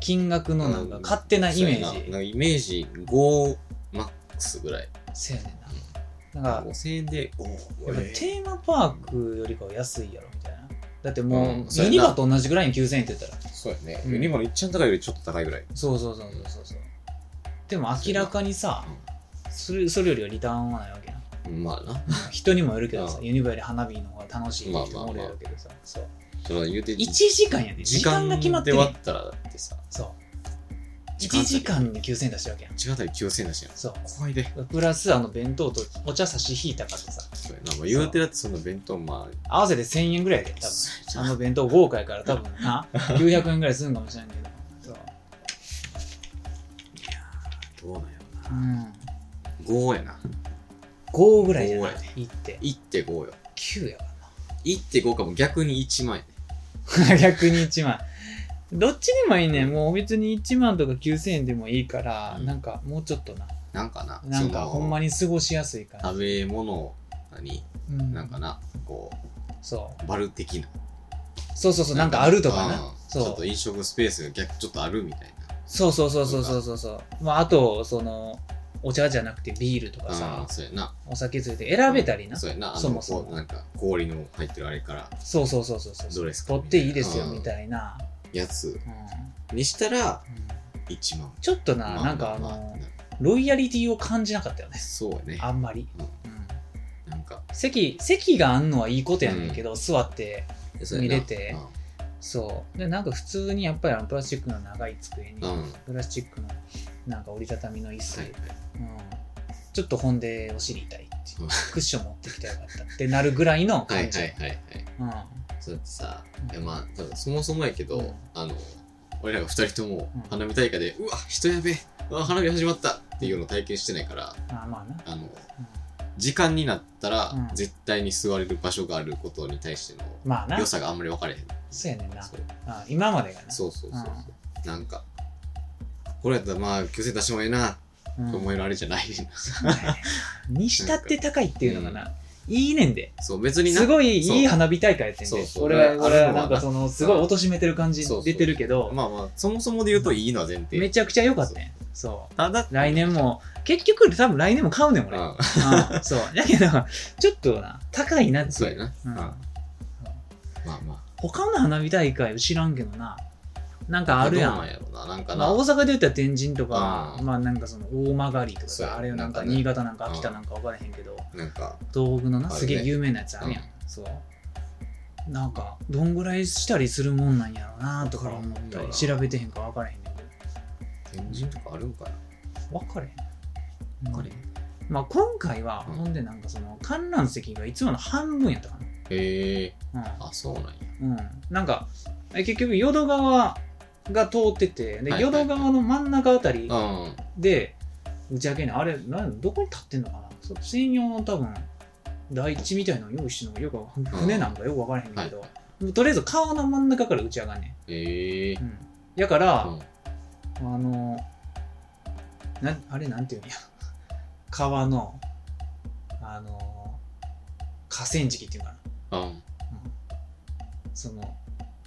Speaker 1: 金額のなんか
Speaker 2: うん
Speaker 1: 勝手なイメー
Speaker 2: そうやななん
Speaker 1: ジ。
Speaker 2: かイメージ5マックスぐらい。
Speaker 1: そうやねんな。なんか、
Speaker 2: 5000円で、お
Speaker 1: や
Speaker 2: お
Speaker 1: っぱテーマパークよりかは安いやろみたいな。だってもう、
Speaker 2: うんそう
Speaker 1: ユ
Speaker 2: やな
Speaker 1: ニバと同じぐらいに9000円って言ったら。
Speaker 2: そうやね。
Speaker 1: うん
Speaker 2: ユニバのいっちゃん高いよりちょっと高いぐらい。
Speaker 1: そうそうそうそうそうそうでも明らかにさそれそれよりはリターンはないわけや
Speaker 2: うんまあな。
Speaker 1: な人にもよるけどさ
Speaker 2: うん
Speaker 1: ユニバより花火の方が楽しいって人もおる
Speaker 2: まあまあまあ
Speaker 1: やろうけどさそう
Speaker 2: その言うて、
Speaker 1: 1時間やね時間が決まってる
Speaker 2: で
Speaker 1: やん
Speaker 2: 割ったらだってさ、
Speaker 1: そう
Speaker 2: 時間
Speaker 1: 1時間で9000円出してるわけやん
Speaker 2: 時間あたり9000円だしな。
Speaker 1: そ
Speaker 2: 怖いで。
Speaker 1: うプラスあの弁当とお茶差し引いたかとさ
Speaker 2: そうやな。まあ、言うてだってその弁当、まあ、
Speaker 1: 合わせて1000円ぐらいやで多分
Speaker 2: そ
Speaker 1: あ
Speaker 2: うやな
Speaker 1: の弁当豪華やから多分な900円ぐらいするんかもしれんけどそう
Speaker 2: どうなんやろ
Speaker 1: う
Speaker 2: な。
Speaker 1: ん
Speaker 2: 5やな。
Speaker 1: 5ぐらいじゃない
Speaker 2: 5やね
Speaker 1: 行って
Speaker 2: 1.5よ。
Speaker 1: 9やからな
Speaker 2: 1.5かも逆に1万円。
Speaker 1: *laughs* 逆に1万どっちでもいいねもう別に1万とか9000円でもいいから、
Speaker 2: うん
Speaker 1: なんかもうちょっとな
Speaker 2: なんかな。
Speaker 1: なんかほんま
Speaker 2: に。
Speaker 1: に過ごしやすいから
Speaker 2: 食べ物に、
Speaker 1: うん、
Speaker 2: なんかな、こ
Speaker 1: そう
Speaker 2: う、バル的な。
Speaker 1: そうそうそうなんかあるとかな
Speaker 2: うんち
Speaker 1: そう
Speaker 2: ょっと飲食スペースが逆、ちょっとあるみたいな。
Speaker 1: そうそうそうそうそうそうそうまああとそのお茶じゃなくてビールとか
Speaker 2: あ
Speaker 1: さ
Speaker 2: あ、そうやな。
Speaker 1: お酒ついて選べたりな、
Speaker 2: そうやな。あの
Speaker 1: そもそも
Speaker 2: こうなんか、氷の入ってるあれから、
Speaker 1: そうそうそうそうそう
Speaker 2: どれですか
Speaker 1: 取っていいですよ
Speaker 2: うん
Speaker 1: みたいな、
Speaker 2: やつ
Speaker 1: うん
Speaker 2: にしたら、
Speaker 1: うん
Speaker 2: 1万。
Speaker 1: ちょっとな、
Speaker 2: ま
Speaker 1: なんかあの、
Speaker 2: まな
Speaker 1: ロイヤリティを感じなかったよね
Speaker 2: そうやね。
Speaker 1: あんまり、
Speaker 2: うん
Speaker 1: うん
Speaker 2: なんか、
Speaker 1: 席席があんのはいいことやねんけど、座って
Speaker 2: そうやな
Speaker 1: 見れてそうでなんか普通にやっぱりあのプラスチックの長い机に、
Speaker 2: うん。うん。はい
Speaker 1: プラスチックのなんか折りたたみの椅子、
Speaker 2: は
Speaker 1: う
Speaker 2: い。
Speaker 1: ん、ちょっとほんでお尻痛いっていうクッション持ってきたらよかったってなるぐらいの
Speaker 2: はい
Speaker 1: 感
Speaker 2: は
Speaker 1: じ
Speaker 2: いはいはい
Speaker 1: うん
Speaker 2: そうやってさ
Speaker 1: うん
Speaker 2: いやまあ多分そもそもやけど、
Speaker 1: うん
Speaker 2: あの俺らが2人とも
Speaker 1: うん
Speaker 2: 花火大会で、うわ人やべえうわ花火始まったっていうのを体験してないから
Speaker 1: あまあな
Speaker 2: あの時間になったら、
Speaker 1: うん
Speaker 2: 絶対に座れる場所があることに対しての
Speaker 1: まあな
Speaker 2: 良さがあんまり分かれへん
Speaker 1: そうやねんな
Speaker 2: そう
Speaker 1: あ今までがな
Speaker 2: そうそうそうそうなんかこれやったらまあ9000出してもええな
Speaker 1: うん
Speaker 2: と思えるあれじゃな
Speaker 1: *laughs*
Speaker 2: い、*laughs*
Speaker 1: にしたって高いっていうのがな、いいねんで。
Speaker 2: そう別にな
Speaker 1: すごい
Speaker 2: そう
Speaker 1: いい花火大会やってん
Speaker 2: そう
Speaker 1: で。
Speaker 2: そう
Speaker 1: 俺は、
Speaker 2: あ
Speaker 1: 俺
Speaker 2: あ
Speaker 1: は
Speaker 2: るのはな
Speaker 1: なんかその、すごい貶としめてる感じ
Speaker 2: そうそう
Speaker 1: 出てるけど、
Speaker 2: まあまあそもそもで言うといいのは前提
Speaker 1: めちゃくちゃ良かったね。そ
Speaker 2: ただ
Speaker 1: う。来年も、結局多分来年も買うねん、俺。
Speaker 2: あ
Speaker 1: うんそう。だけど、ちょっとな、高いなっていう。
Speaker 2: そうやな、
Speaker 1: うん
Speaker 2: うんまあまあ
Speaker 1: 他の花火大会を知らんけどな、なんかあるや
Speaker 2: どうんなん。やろななんか
Speaker 1: ま
Speaker 2: な、
Speaker 1: あ、大阪で言ったら天神とか、
Speaker 2: うん
Speaker 1: まあなんかその大曲とか
Speaker 2: そう
Speaker 1: さ、あれはなんか
Speaker 2: なんかね
Speaker 1: 新潟なんか秋田
Speaker 2: うん
Speaker 1: なんか分からへんけど、
Speaker 2: なんか
Speaker 1: 東北のな
Speaker 2: あるね
Speaker 1: すげえ有名なやつあるやん、
Speaker 2: うん
Speaker 1: そうなんかどんぐらいしたりするもんなんやろうなとか思ったり
Speaker 2: わからん
Speaker 1: 調べてへんから分からへんねんけ
Speaker 2: 天神とかあるんかな
Speaker 1: ど分かれへん
Speaker 2: これ
Speaker 1: まあ今回は、
Speaker 2: うん
Speaker 1: ほんでなんかその観覧席がいつもの半分やったか
Speaker 2: へえ
Speaker 1: な
Speaker 2: あそうなんや
Speaker 1: うん、うん、なんかえ結局淀川が通っててで、
Speaker 2: はいはいはい
Speaker 1: 淀川の真ん中あたり
Speaker 2: うん
Speaker 1: で打ち上げにあれなんどこに立ってんのかなそ専用の多分台地みたいなの用意してんのかよくわかん船なんかよく分からへんけど、もうとりあえず川の真ん中から打ち上がんね
Speaker 2: へえ
Speaker 1: ん、うん、やから、
Speaker 2: うん
Speaker 1: あのなんあれなんていうんや川のあの河川敷っていうかな
Speaker 2: うん
Speaker 1: その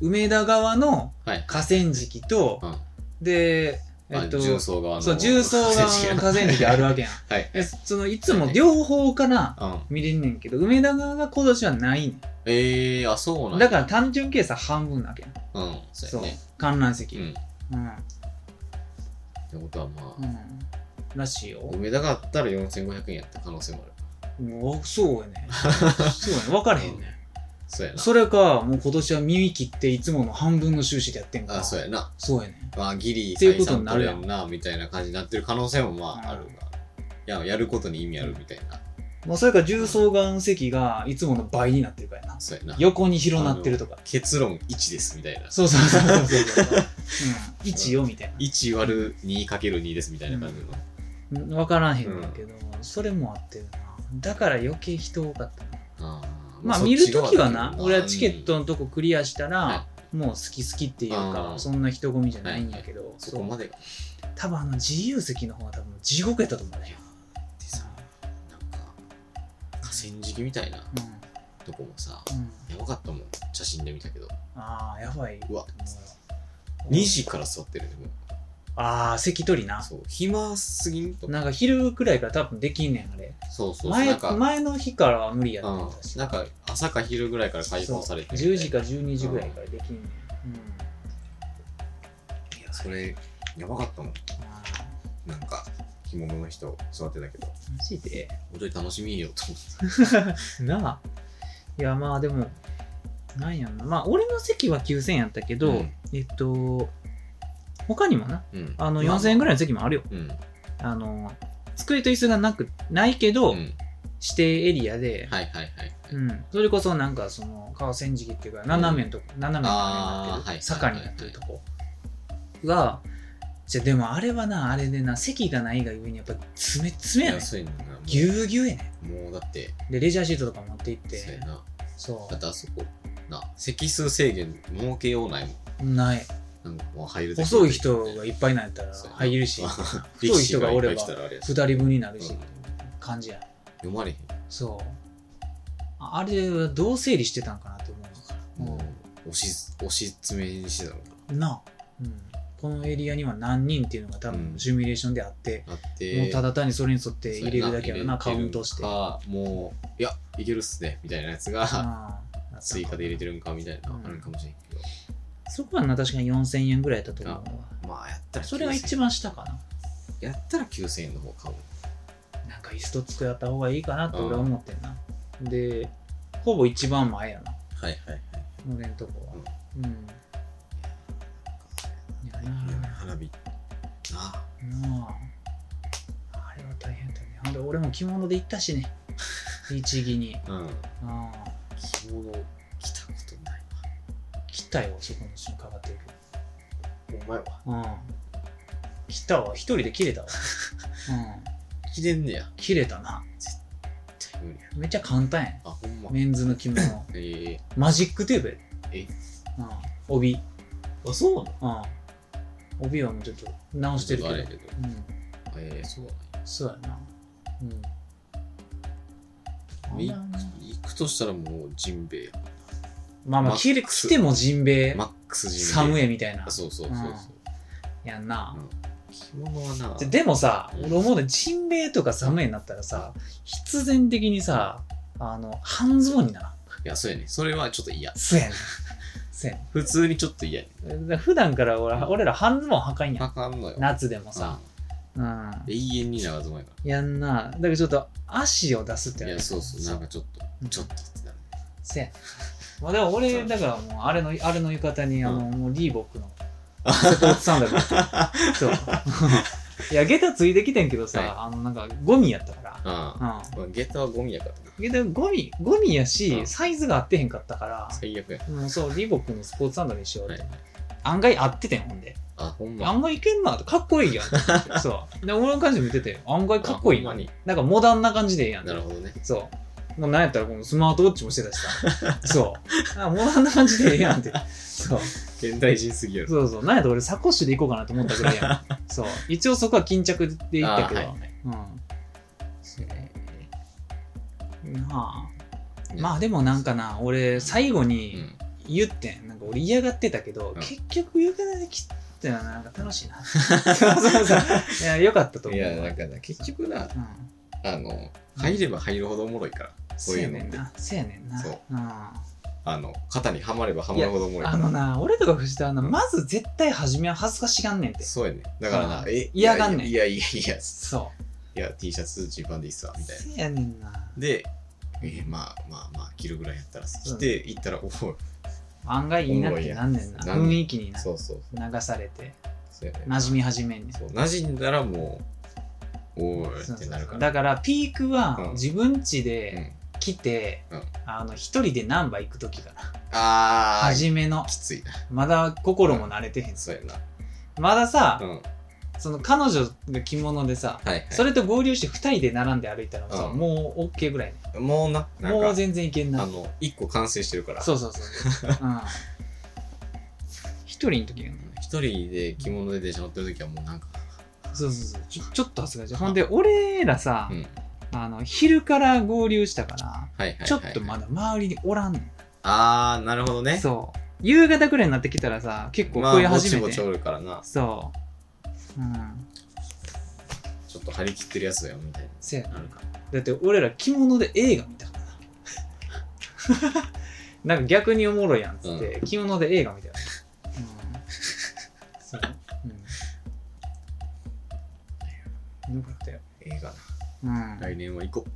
Speaker 1: 梅田側の
Speaker 2: はい
Speaker 1: 河川敷と、
Speaker 2: うん
Speaker 1: でえ
Speaker 2: あ
Speaker 1: っと
Speaker 2: 重曹側の
Speaker 1: そう重曹側の河川敷あるわけやん
Speaker 2: *laughs* はい
Speaker 1: えそのいつも両方から
Speaker 2: うん
Speaker 1: 見れんねんけど梅田側が今年はないね
Speaker 2: ええあそうなん
Speaker 1: ん
Speaker 2: や
Speaker 1: だから単純計算半分なわけやん
Speaker 2: うんそ
Speaker 1: そう
Speaker 2: うやね
Speaker 1: 観覧席
Speaker 2: う
Speaker 1: うん
Speaker 2: んっ
Speaker 1: うん、
Speaker 2: てことはまあ
Speaker 1: らしいよ
Speaker 2: 梅田があったら4500円やった可能性もある
Speaker 1: うわそうやね *laughs* そうやね分かれへんね
Speaker 2: そうやな
Speaker 1: それかもう今年は耳切っていつもの半分の収支でやってんから
Speaker 2: あそうやな
Speaker 1: そうやね
Speaker 2: まあギリ
Speaker 1: っていうことになる
Speaker 2: 採
Speaker 1: や
Speaker 2: 算
Speaker 1: ん
Speaker 2: 取れんなみたいな感じになってる可能性もまああ
Speaker 1: う
Speaker 2: る
Speaker 1: ん
Speaker 2: がいややることに意味あるみたいな
Speaker 1: もうそれか重曹岩石がいつもの倍になってるからやな
Speaker 2: そうやな
Speaker 1: 横に広なってるとか
Speaker 2: 結論1ですみたいな
Speaker 1: そうそうそうそうそう *laughs* そう、うん、1よみたいな
Speaker 2: 1割る 2×2 ですみたいな感じの
Speaker 1: 分からへんねんけど、それもあってるなだから余計人多かったな
Speaker 2: あー
Speaker 1: まあ
Speaker 2: そっ
Speaker 1: 見
Speaker 2: ち
Speaker 1: るときは
Speaker 2: 側だ
Speaker 1: な
Speaker 2: けど
Speaker 1: 俺はチケットのとこクリアしたら
Speaker 2: は、
Speaker 1: もう好き好きっていうか、
Speaker 2: うん
Speaker 1: そんな人混みじゃないんやけど、
Speaker 2: そこまでが
Speaker 1: そう多分あの自由席の方は多分地獄やったと思うんだよ、
Speaker 2: でさなんか河川敷みたいな
Speaker 1: うん
Speaker 2: とこもさ
Speaker 1: うん、
Speaker 2: やばかったもん写真で見たけど
Speaker 1: ああやばいう
Speaker 2: わ
Speaker 1: もう
Speaker 2: 2時から座ってるねもう
Speaker 1: ああ席取りな
Speaker 2: そう暇すぎんと
Speaker 1: なんか昼くらいから多分できんねんあれ
Speaker 2: そうそうそう
Speaker 1: 前
Speaker 2: なんか
Speaker 1: 前の日からは無理やったんだ
Speaker 2: うん、なんか朝か昼ぐらいから解放されて
Speaker 1: 10時か12時ぐらいからできんねん、うん
Speaker 2: いやそれやばかったもん
Speaker 1: あ
Speaker 2: なんか着物の人座ってたけど
Speaker 1: ーマジで
Speaker 2: 本当に楽しみよと思って
Speaker 1: なあいやまあでもなんやろなまあ俺の席は9000円やったけど、
Speaker 2: うん
Speaker 1: えっと他にもな
Speaker 2: た、うん、
Speaker 1: あの4000円ぐ
Speaker 2: い
Speaker 1: らいの席もあるよ、
Speaker 2: うん、
Speaker 1: あの机と椅子がなくないけど、
Speaker 2: うん、はい
Speaker 1: 指定エリアで、
Speaker 2: はいはいはい、
Speaker 1: うん、それこそなんかその川川敷っていうか斜めのとこ、斜めのあれにな
Speaker 2: あー
Speaker 1: って
Speaker 2: はい
Speaker 1: る坂になってるとこがじゃあでもあれはなあれでな席がないがゆえにやっぱ詰め詰めやね
Speaker 2: 安いのがもう
Speaker 1: ぎゅうぎゅうやね
Speaker 2: もうだって
Speaker 1: でレジャーシートとか持って行っ
Speaker 2: そうや
Speaker 1: て
Speaker 2: な
Speaker 1: そ
Speaker 2: だってあそこな席数制限設けようないもん
Speaker 1: うない
Speaker 2: なんかもう入るだけ
Speaker 1: 細い人がいっぱいなんやったら
Speaker 2: そうやな
Speaker 1: 入る
Speaker 2: *laughs*
Speaker 1: し
Speaker 2: 太い人がおれば読
Speaker 1: 二人分になるし、
Speaker 2: うん
Speaker 1: 感じや
Speaker 2: まれへん
Speaker 1: そうああれはどう整理してたんかなと思うの
Speaker 2: も
Speaker 1: か、
Speaker 2: う押し押し詰めにしてたのから
Speaker 1: なあ、うん、このエリアには何人っていうのが多
Speaker 2: う
Speaker 1: 分
Speaker 2: ん
Speaker 1: シミュレーションであって、
Speaker 2: あっ
Speaker 1: もう
Speaker 2: て
Speaker 1: ただ単にそれに沿って入れるだけやろな
Speaker 2: そ
Speaker 1: カ
Speaker 2: うや
Speaker 1: ウ
Speaker 2: な
Speaker 1: ントしてあ
Speaker 2: あもういやいけるっすねみたいなやつが
Speaker 1: あ
Speaker 2: 追加で入れてるんかみたいな
Speaker 1: うん
Speaker 2: あるんかもしれんけど
Speaker 1: そこはな確かに4000円ぐらいだったと思うわ
Speaker 2: まあやったら
Speaker 1: それが一
Speaker 2: 番
Speaker 1: 番下かな
Speaker 2: やったら9000円の方買う
Speaker 1: なんか椅子と机あった方がいいかなって俺は思ってんな、でほぼ一番前やな
Speaker 2: はいはい
Speaker 1: 俺んとこはうん、いやな
Speaker 2: はい花火なあ *laughs*
Speaker 1: なああれは大変だねあれ俺も着物で行ったしね律儀に。
Speaker 2: うん
Speaker 1: うん。
Speaker 2: 着物着たことない
Speaker 1: 来たよ、そこの瞬間かかってるけ
Speaker 2: なお前は
Speaker 1: ど。うん。来たわ、一人で切れたわ。うん。
Speaker 2: 着れんねや
Speaker 1: 切れたな。
Speaker 2: 絶対無理や
Speaker 1: めっちゃ簡単やん。
Speaker 2: あほんま
Speaker 1: メンズの着物。
Speaker 2: ええ
Speaker 1: マジックテープやで。
Speaker 2: え
Speaker 1: うん。帯。うん。
Speaker 2: あそうなの
Speaker 1: 帯はもうちょっと直してるけ
Speaker 2: あ
Speaker 1: ど。
Speaker 2: れやけど
Speaker 1: うん。
Speaker 2: ええそうなんや
Speaker 1: そうやな。うん。
Speaker 2: もう行く行くとしたらもうジンベエや
Speaker 1: まあまあ、
Speaker 2: マックス
Speaker 1: 着れ着てもジンベエ、
Speaker 2: マックスジンベエ
Speaker 1: サムエみたいな
Speaker 2: あ。そうそうそうそう、
Speaker 1: やんな。
Speaker 2: 着物はな
Speaker 1: ででもさ、俺思うね、ジンベエとかサムエになったらさ、必然的にさ、あの、半ズボンにならん。
Speaker 2: いやそうやねそれはちょっと嫌
Speaker 1: そうやねん。そうやね
Speaker 2: 普通にちょっと嫌やね
Speaker 1: ん。だから普段から俺俺ら半ズボンはかんやん。
Speaker 2: あかんのよ
Speaker 1: 夏でもさ。
Speaker 2: うん
Speaker 1: うん。
Speaker 2: 永遠に長妻やか
Speaker 1: やんな。だからちょっと足を出すって
Speaker 2: らい
Speaker 1: や
Speaker 2: や
Speaker 1: つ。
Speaker 2: そうそうなんかちょっとちょっとってなる
Speaker 1: そうやねん。まあでも俺、だからもう、あれの、あれの浴衣に、あの、もうリーボックの
Speaker 2: あ
Speaker 1: おっさんだから。
Speaker 2: *laughs*
Speaker 1: そう。いや、下駄ついてきてんけどさ、
Speaker 2: はい
Speaker 1: あの、なんか、ゴミやったから。
Speaker 2: あ
Speaker 1: うん。
Speaker 2: ゲタはゴミやからな
Speaker 1: 下駄ゴミ、ゴミやし、
Speaker 2: うん
Speaker 1: サイズが合ってへんかったから、
Speaker 2: 最悪や
Speaker 1: もうそう、リボックのスポーツサンダルにしようっ
Speaker 2: は
Speaker 1: て。
Speaker 2: いはい
Speaker 1: 案外合っててん、ほんで。
Speaker 2: あほんま
Speaker 1: 案外いけんなって、かっこいいやん。
Speaker 2: *laughs*
Speaker 1: そう。で、俺の感じ見てて、案外かっこいい
Speaker 2: あほ
Speaker 1: なん
Speaker 2: まに。
Speaker 1: なんかモダンな感じでええやん。
Speaker 2: なるほどね
Speaker 1: そう。もうなんやったら、このスマートウォッチもしてたしさ。そう。あモダンな感じでええやん
Speaker 2: *laughs*
Speaker 1: って。そう。
Speaker 2: 現代人すぎやろ
Speaker 1: そうそう。なんやと俺サコッシュで行こうかなと思ったぐらい
Speaker 2: *laughs*
Speaker 1: やん。そう。一応そこは巾着で行ったけど。
Speaker 2: あーはいはい
Speaker 1: うん。そうなあ。まあでもなんかな、俺最後
Speaker 2: う
Speaker 1: に
Speaker 2: ん
Speaker 1: 言ってん。なんか俺嫌がってたけど、
Speaker 2: うん
Speaker 1: 結局浴衣で切ったのはなんか楽しい
Speaker 2: *laughs*
Speaker 1: な。そうそうそう。いや、よかったと思
Speaker 2: いう
Speaker 1: わ。
Speaker 2: やなんかな結局な
Speaker 1: うん。
Speaker 2: あの入れば入るほどおもろいからそういう
Speaker 1: せ
Speaker 2: の
Speaker 1: やね
Speaker 2: っ
Speaker 1: ん
Speaker 2: て
Speaker 1: な。せやねんな。
Speaker 2: そう
Speaker 1: うん。
Speaker 2: あの肩にはまればはまるほどおもろい
Speaker 1: あ
Speaker 2: か
Speaker 1: の
Speaker 2: ら
Speaker 1: な、俺とか藤田はな、
Speaker 2: うん
Speaker 1: まず絶対初めは恥ずかしがんねんて。
Speaker 2: そうやねだからな
Speaker 1: うん
Speaker 2: え
Speaker 1: 嫌がんねん
Speaker 2: いやいやいやいや
Speaker 1: そ
Speaker 2: いや T シャツジーパンでいいっすわ
Speaker 1: う。
Speaker 2: みたいな
Speaker 1: せやねんな。
Speaker 2: でえーまあまあまあ着るぐらいやったら
Speaker 1: う
Speaker 2: 着
Speaker 1: ん
Speaker 2: て行ったらおお
Speaker 1: 案外いいなってなんねんな。
Speaker 2: おもろい
Speaker 1: 雰
Speaker 2: やん
Speaker 1: 囲気にな
Speaker 2: そうそう
Speaker 1: 流されて、
Speaker 2: そうやね
Speaker 1: 馴染み始めんねん。
Speaker 2: そう馴染んだらもうおおってなるから
Speaker 1: だからピークは
Speaker 2: うん
Speaker 1: 自分家
Speaker 2: う
Speaker 1: で
Speaker 2: ん
Speaker 1: 来て、
Speaker 2: うん
Speaker 1: あの一人で難波行く時かな、
Speaker 2: あー
Speaker 1: 初めの
Speaker 2: きついな
Speaker 1: まだ心も慣れてへん、
Speaker 2: そうやな
Speaker 1: まださ、
Speaker 2: うんはい
Speaker 1: その彼女が着物でさ、
Speaker 2: はい
Speaker 1: それと合流して2人で並んで歩いたらさ、
Speaker 2: うん
Speaker 1: もう OK ぐらいね
Speaker 2: もうななんか
Speaker 1: もう全然いけん
Speaker 2: あ
Speaker 1: な
Speaker 2: の一個完成してるから
Speaker 1: そうそうそうそう、
Speaker 2: *laughs*
Speaker 1: うん、一人の時やな
Speaker 2: 一人で着物で電車乗ってる時はもうなんか
Speaker 1: そうそうそうちょちょっと恥ずかしいほんで俺らさ、
Speaker 2: うん
Speaker 1: あの昼から合流したから
Speaker 2: はいはいはいはい
Speaker 1: ちょっとまだ周りにおらんねん
Speaker 2: ああなるほどね
Speaker 1: そう。夕方ぐらいになってきたらさ、結構
Speaker 2: ま
Speaker 1: 増え
Speaker 2: あぼ
Speaker 1: 始
Speaker 2: ち
Speaker 1: め
Speaker 2: ぼ
Speaker 1: て。
Speaker 2: ちおるからな
Speaker 1: そう。うん。
Speaker 2: ちょっと張り切ってるやつだよみたい
Speaker 1: せや
Speaker 2: なな
Speaker 1: な
Speaker 2: る。か
Speaker 1: だって俺ら着物で映画見たからな。なん *laughs* か逆におもろいやんっつって、着物で映画見たよ。うん。そう。
Speaker 2: *laughs*
Speaker 1: うん。よかったよ。
Speaker 2: 映画
Speaker 1: う。
Speaker 2: な来年は行こう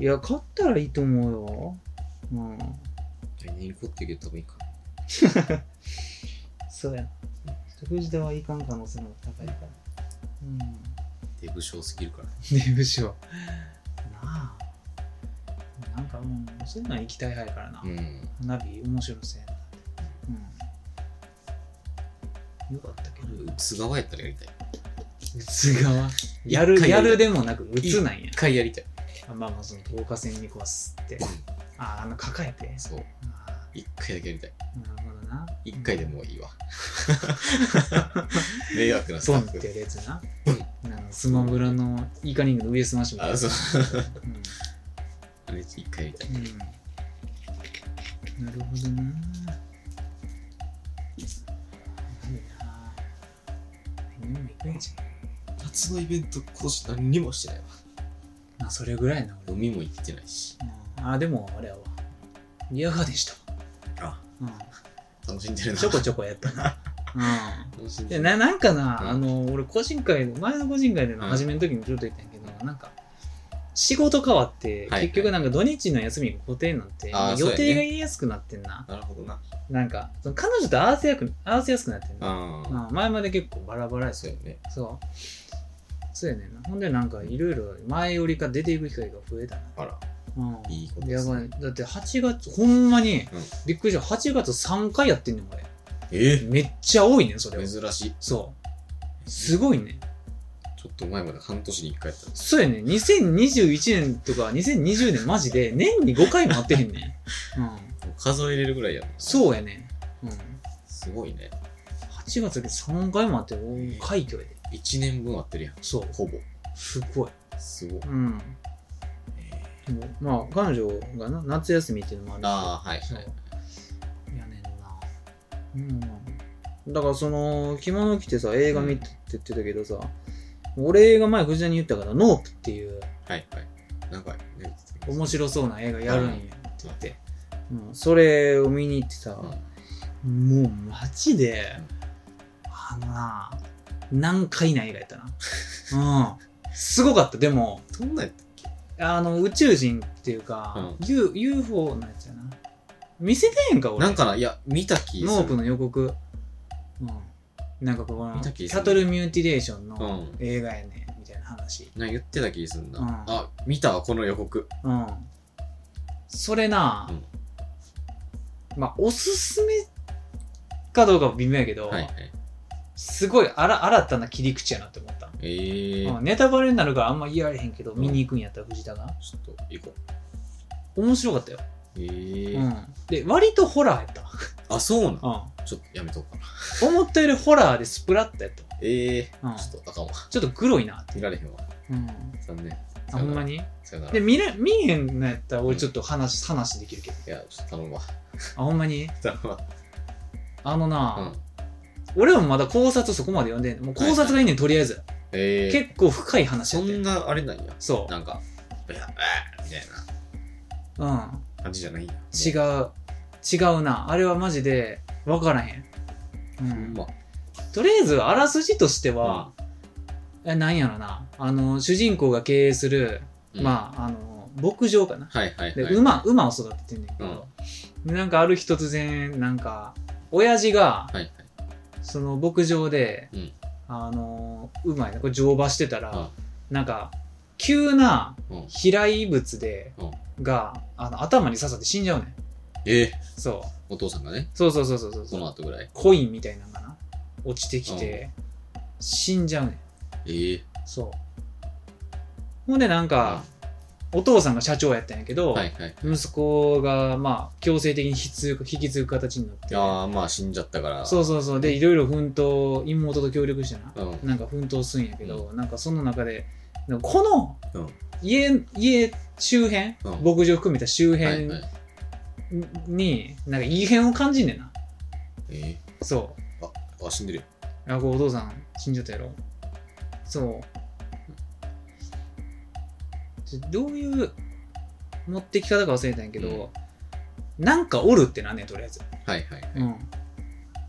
Speaker 2: ん
Speaker 1: いや、買ったらいいと思うよ。うん。
Speaker 2: 来年行こうって言うけど多分行かん
Speaker 1: そうやな。藤田はいかん可能性も高いから。
Speaker 2: *laughs*
Speaker 1: うん。
Speaker 2: デブ症すぎるから
Speaker 1: ねむしろなあなんかもうそういうのは行きたい派やからな、
Speaker 2: うん
Speaker 1: 花火面白そうやなってうんよかったけど
Speaker 2: 津川やったらやりたいう
Speaker 1: つ側やるやる
Speaker 2: で
Speaker 1: でもなくうつなんや
Speaker 2: 一回やりたい
Speaker 1: あまあまあその導火線にこうすってああの抱えて
Speaker 2: そう
Speaker 1: あ
Speaker 2: 一回だけやりたい
Speaker 1: あなるほどな
Speaker 2: 一回でもういいわ迷惑なスタ
Speaker 1: ボン
Speaker 2: ッ
Speaker 1: って
Speaker 2: フ
Speaker 1: やるやつなあのスマブラのイカリングの上スマッシュみたい
Speaker 2: あ
Speaker 1: な
Speaker 2: そう
Speaker 1: うん
Speaker 2: あれ一回やりたい
Speaker 1: うんなるほどな。いいな。何も行くんじ
Speaker 2: 夏のイベント今年何にもしてないわ
Speaker 1: ゃん。まあ、それぐらいな、俺。
Speaker 2: 海も行ってないし
Speaker 1: うんあ、でも、あれは。ビアガーデンしたわ。
Speaker 2: あ
Speaker 1: う
Speaker 2: 楽しんでる
Speaker 1: ん。
Speaker 2: な
Speaker 1: ちょこちょこやったな。
Speaker 2: 楽し
Speaker 1: うんん。
Speaker 2: で
Speaker 1: で、
Speaker 2: るな
Speaker 1: ななんかな、
Speaker 2: うん
Speaker 1: あの、俺、個人会、前の個人会での
Speaker 2: うん
Speaker 1: 初めの時にちょっと言ったんやけど、なんか、仕事変わって、
Speaker 2: はい
Speaker 1: 結局なんか土日の休みが固定になって、
Speaker 2: あー
Speaker 1: 予
Speaker 2: そうやね
Speaker 1: 定が入れやすくなってんな。
Speaker 2: なるほどな
Speaker 1: なんか、その彼女と合わせやく合わせやすくなってんな。
Speaker 2: ああ
Speaker 1: うん前まで結構バラバラや
Speaker 2: そ
Speaker 1: す
Speaker 2: う
Speaker 1: よ
Speaker 2: やね
Speaker 1: そうそうやねんなほんでなんかいろいろ前よりか出ていく機会が増えたな
Speaker 2: あら
Speaker 1: うん
Speaker 2: いいことで
Speaker 1: や
Speaker 2: す
Speaker 1: ば
Speaker 2: ね
Speaker 1: い。だって8月、ほんまに、
Speaker 2: ん
Speaker 1: びっくりした。8月3回やってんねん、これ。
Speaker 2: え
Speaker 1: めっちゃ多いねん、それは。
Speaker 2: 珍しい
Speaker 1: そう。すごいね。
Speaker 2: ちょっと前まで半年に1回やったんです
Speaker 1: そうやね。2021年とか2020年マジで年に5回も会ってへんね
Speaker 2: *laughs*
Speaker 1: ん。うん。
Speaker 2: もう数えれるぐらいやる
Speaker 1: そうやね。うん。
Speaker 2: すごいね
Speaker 1: 8月で3回もあって、お快挙やで。
Speaker 2: 1年分合ってるやん
Speaker 1: そう。
Speaker 2: ほぼ
Speaker 1: すごい。
Speaker 2: すごい
Speaker 1: うん。でもまあ、彼女がな夏休みっていうのもある
Speaker 2: ああはい
Speaker 1: そ
Speaker 2: は
Speaker 1: う
Speaker 2: い
Speaker 1: やねんなうんだからその着物着てさ映画見てって言ってたけどさ、俺映画前藤田に言ったから「ノープ」っていう
Speaker 2: はいはいなんかね
Speaker 1: 面白そうな映画やるんやって言って、うん、それを見に行ってさ、
Speaker 2: うん
Speaker 1: もうマジであのな何回な映画やった *laughs* なうんすごかったでも
Speaker 2: どんなんやったっけ
Speaker 1: あの宇宙人っていうか、U UFO のやつやな見せてへんか俺
Speaker 2: なんかないや見た気する
Speaker 1: ノープの予告、うん、なんかこの
Speaker 2: 見
Speaker 1: 「
Speaker 2: た気す
Speaker 1: キ
Speaker 2: る
Speaker 1: ャトルミューティレーション」
Speaker 2: う
Speaker 1: の
Speaker 2: ん
Speaker 1: 映画やねんみたいな話
Speaker 2: なんか言ってた気すんな、
Speaker 1: うん
Speaker 2: あ見たわこの予告
Speaker 1: うん、それな、
Speaker 2: うん
Speaker 1: まあおすすめかどうかは微妙やけど、
Speaker 2: はいはい
Speaker 1: すごいあら新たな切り口やなって思った、
Speaker 2: えー
Speaker 1: うん、ネタバレになるからあんま言われへんけど、
Speaker 2: うん
Speaker 1: 見に行くんやったら藤田が
Speaker 2: ちょっと行こ
Speaker 1: 面白かったよ、
Speaker 2: うえー
Speaker 1: うん、で割とホラーやった、
Speaker 2: あそうなん
Speaker 1: う、
Speaker 2: ちょっとやめとこうかなん
Speaker 1: 思ったよりホラーでスプラッとやった
Speaker 2: ええ
Speaker 1: うん
Speaker 2: ちょっとあかんわ
Speaker 1: ちょっとグロいなって、
Speaker 2: 見られへんわ
Speaker 1: うん、
Speaker 2: 残念
Speaker 1: あほんまに
Speaker 2: さよなら
Speaker 1: で
Speaker 2: い
Speaker 1: 見れ見えへんのやったら俺ちょっと話,、話できるけど
Speaker 2: やちょっと頼むわ
Speaker 1: あほんまに
Speaker 2: 頼むわ
Speaker 1: あの
Speaker 2: う
Speaker 1: な、
Speaker 2: ん
Speaker 1: 俺もまだ考察そこまで読んでんねんもう考察がいいねんとりあえず、
Speaker 2: ええ
Speaker 1: 結構深い話や
Speaker 2: そ
Speaker 1: って
Speaker 2: んなあれなんや
Speaker 1: そ
Speaker 2: なんか「やばい」みたい
Speaker 1: う、う
Speaker 2: な
Speaker 1: ん、
Speaker 2: 感じじゃないんや
Speaker 1: 違
Speaker 2: う
Speaker 1: う違うなあれはマジで分からへん、うん
Speaker 2: ほんま
Speaker 1: とりあえずあらすじとしては、えなんやろなあの主人公が経営する、
Speaker 2: うん
Speaker 1: まああの牧場かな
Speaker 2: はいはい
Speaker 1: で、
Speaker 2: はい
Speaker 1: 馬馬を育ててんねんけど、でなんかある日突然なんか親父が
Speaker 2: はいはい
Speaker 1: その牧場で、
Speaker 2: うん
Speaker 1: あのー馬やなこれ乗馬してたら、
Speaker 2: うん
Speaker 1: なんか急な
Speaker 2: うん
Speaker 1: 飛来物で、
Speaker 2: う
Speaker 1: があの頭に刺さって死んじゃうねん
Speaker 2: ええ
Speaker 1: そう
Speaker 2: お父さんがね
Speaker 1: そうそうそうそうそう
Speaker 2: その後ぐらい
Speaker 1: コインみたいなのかな落ちてきて、死んじゃうねん
Speaker 2: ええ
Speaker 1: そうほんでなんか、お父さんが社長やったんやけど、
Speaker 2: はいはい
Speaker 1: 息子がまあ強制的に引き継ぐ引き継ぐ形になって
Speaker 2: ああまあ死んじゃったから
Speaker 1: そううそうそうでいろいろ奮闘妹と協力してな
Speaker 2: うん
Speaker 1: なんか奮闘するんやけど、なんかその中でなんかこ
Speaker 2: う
Speaker 1: の
Speaker 2: ん
Speaker 1: 家,、家周辺、
Speaker 2: うん
Speaker 1: 牧場含めた周
Speaker 2: はい
Speaker 1: 辺
Speaker 2: はい
Speaker 1: になんか異変を感じんねんな
Speaker 2: ええ
Speaker 1: そう
Speaker 2: あ死んでるよ
Speaker 1: あこうお父さん死んじゃったやろそうちょどういう持ってき方か忘れたんやけど、なんかおるってなんねんとりあえず、
Speaker 2: はいはい
Speaker 1: うん、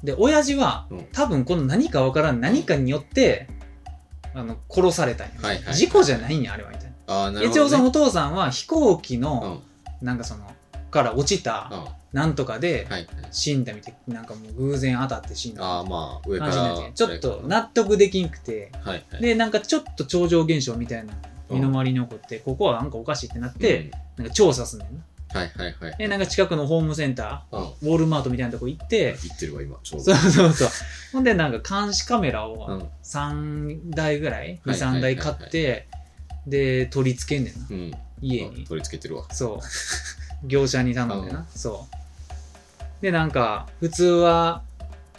Speaker 1: で親父は
Speaker 2: うん
Speaker 1: 多分この何かわからん何かによってあの殺されたんや、
Speaker 2: はいはい
Speaker 1: 事故じゃないんやあれはみたいな
Speaker 2: ああなるほ
Speaker 1: 一
Speaker 2: ど
Speaker 1: 応その
Speaker 2: ね
Speaker 1: お父さんは飛行機
Speaker 2: うんう
Speaker 1: の
Speaker 2: ん
Speaker 1: なんかそのから落ちた
Speaker 2: は
Speaker 1: なんとかで
Speaker 2: いはい
Speaker 1: 死んだみたいなんかもう偶然当たって死ん
Speaker 2: ああ
Speaker 1: だ
Speaker 2: まあ上か
Speaker 1: 感じになって
Speaker 2: ら
Speaker 1: ちょっと納得できんくて
Speaker 2: はいはい
Speaker 1: でなんかちょっと超常現象みたいな身の回りに起こってここはなんかおかしいってなってなんか調査すんねんな
Speaker 2: うんはいはいはい
Speaker 1: でなんか近くのホームセンタ
Speaker 2: うん
Speaker 1: ーウォールマートみたいなとこ行って
Speaker 2: 言ってるわ今ちょう
Speaker 1: そう
Speaker 2: ど
Speaker 1: そうそう *laughs* ほんでなんか監視カメラ
Speaker 2: う
Speaker 1: を
Speaker 2: ん
Speaker 1: 3台ぐらい
Speaker 2: はい
Speaker 1: 23台買ってで取り付けんねんな
Speaker 2: うん
Speaker 1: 家に
Speaker 2: 取り付けてるわ
Speaker 1: そう。業者に頼んでな。そう。で、なんか、普通は、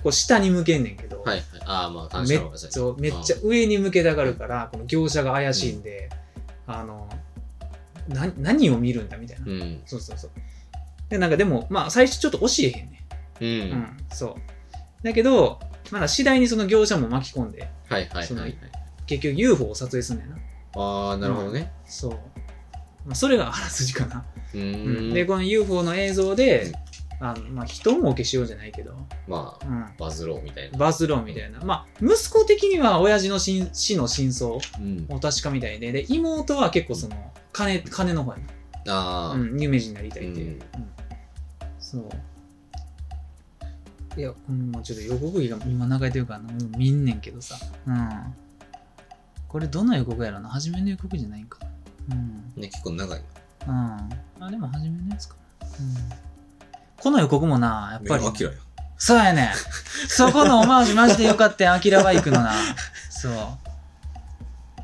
Speaker 1: こう、下に向けんねんけど、
Speaker 2: はいはいああまあ感
Speaker 1: め
Speaker 2: 謝
Speaker 1: っ
Speaker 2: の話だ
Speaker 1: そうめっちゃ上に向けたがるから、この業者が怪しいんで、あの、な、何を見るんだみたいな。
Speaker 2: うん
Speaker 1: そうそうそう。で、なんかでも、まあ、最初ちょっと教えへんね
Speaker 2: うん
Speaker 1: ん。うん、そう。だけど、まだ次第にその業者も巻き込んで、
Speaker 2: はいはい
Speaker 1: そ
Speaker 2: は
Speaker 1: の
Speaker 2: いはい
Speaker 1: 結局 UFO を撮影すんねんな。
Speaker 2: ああなるほどね
Speaker 1: そう。まあ、それがあらすじかな。う
Speaker 2: う
Speaker 1: ん
Speaker 2: ーん
Speaker 1: でこの UFO の映像で、あのまあ、人儲けしようじゃないけど、
Speaker 2: ま
Speaker 1: う
Speaker 2: あ
Speaker 1: ん、
Speaker 2: バズろうみたいな
Speaker 1: バズロンみたいな、まあ、息子的には親父のしん死の真相を
Speaker 2: うん
Speaker 1: 確かみたいでで妹は結構その金金の方やな、
Speaker 2: あ
Speaker 1: う
Speaker 2: あ
Speaker 1: ん、有名人になりたいっていう、
Speaker 2: う
Speaker 1: うんんそういやうんもうちょっと予告費が今流れてるからな俺も見んねんけどさ、うん、これどの予告やろな初めの予告じゃないんかなうん
Speaker 2: ね結構長い
Speaker 1: うん。あ、でも、初めのやつかな。うん。この予告もな、やっぱり、
Speaker 2: アキラや。
Speaker 1: そうやねん。そこのオマージュマジでよかったやん、アキラバイクのな。そう。よかった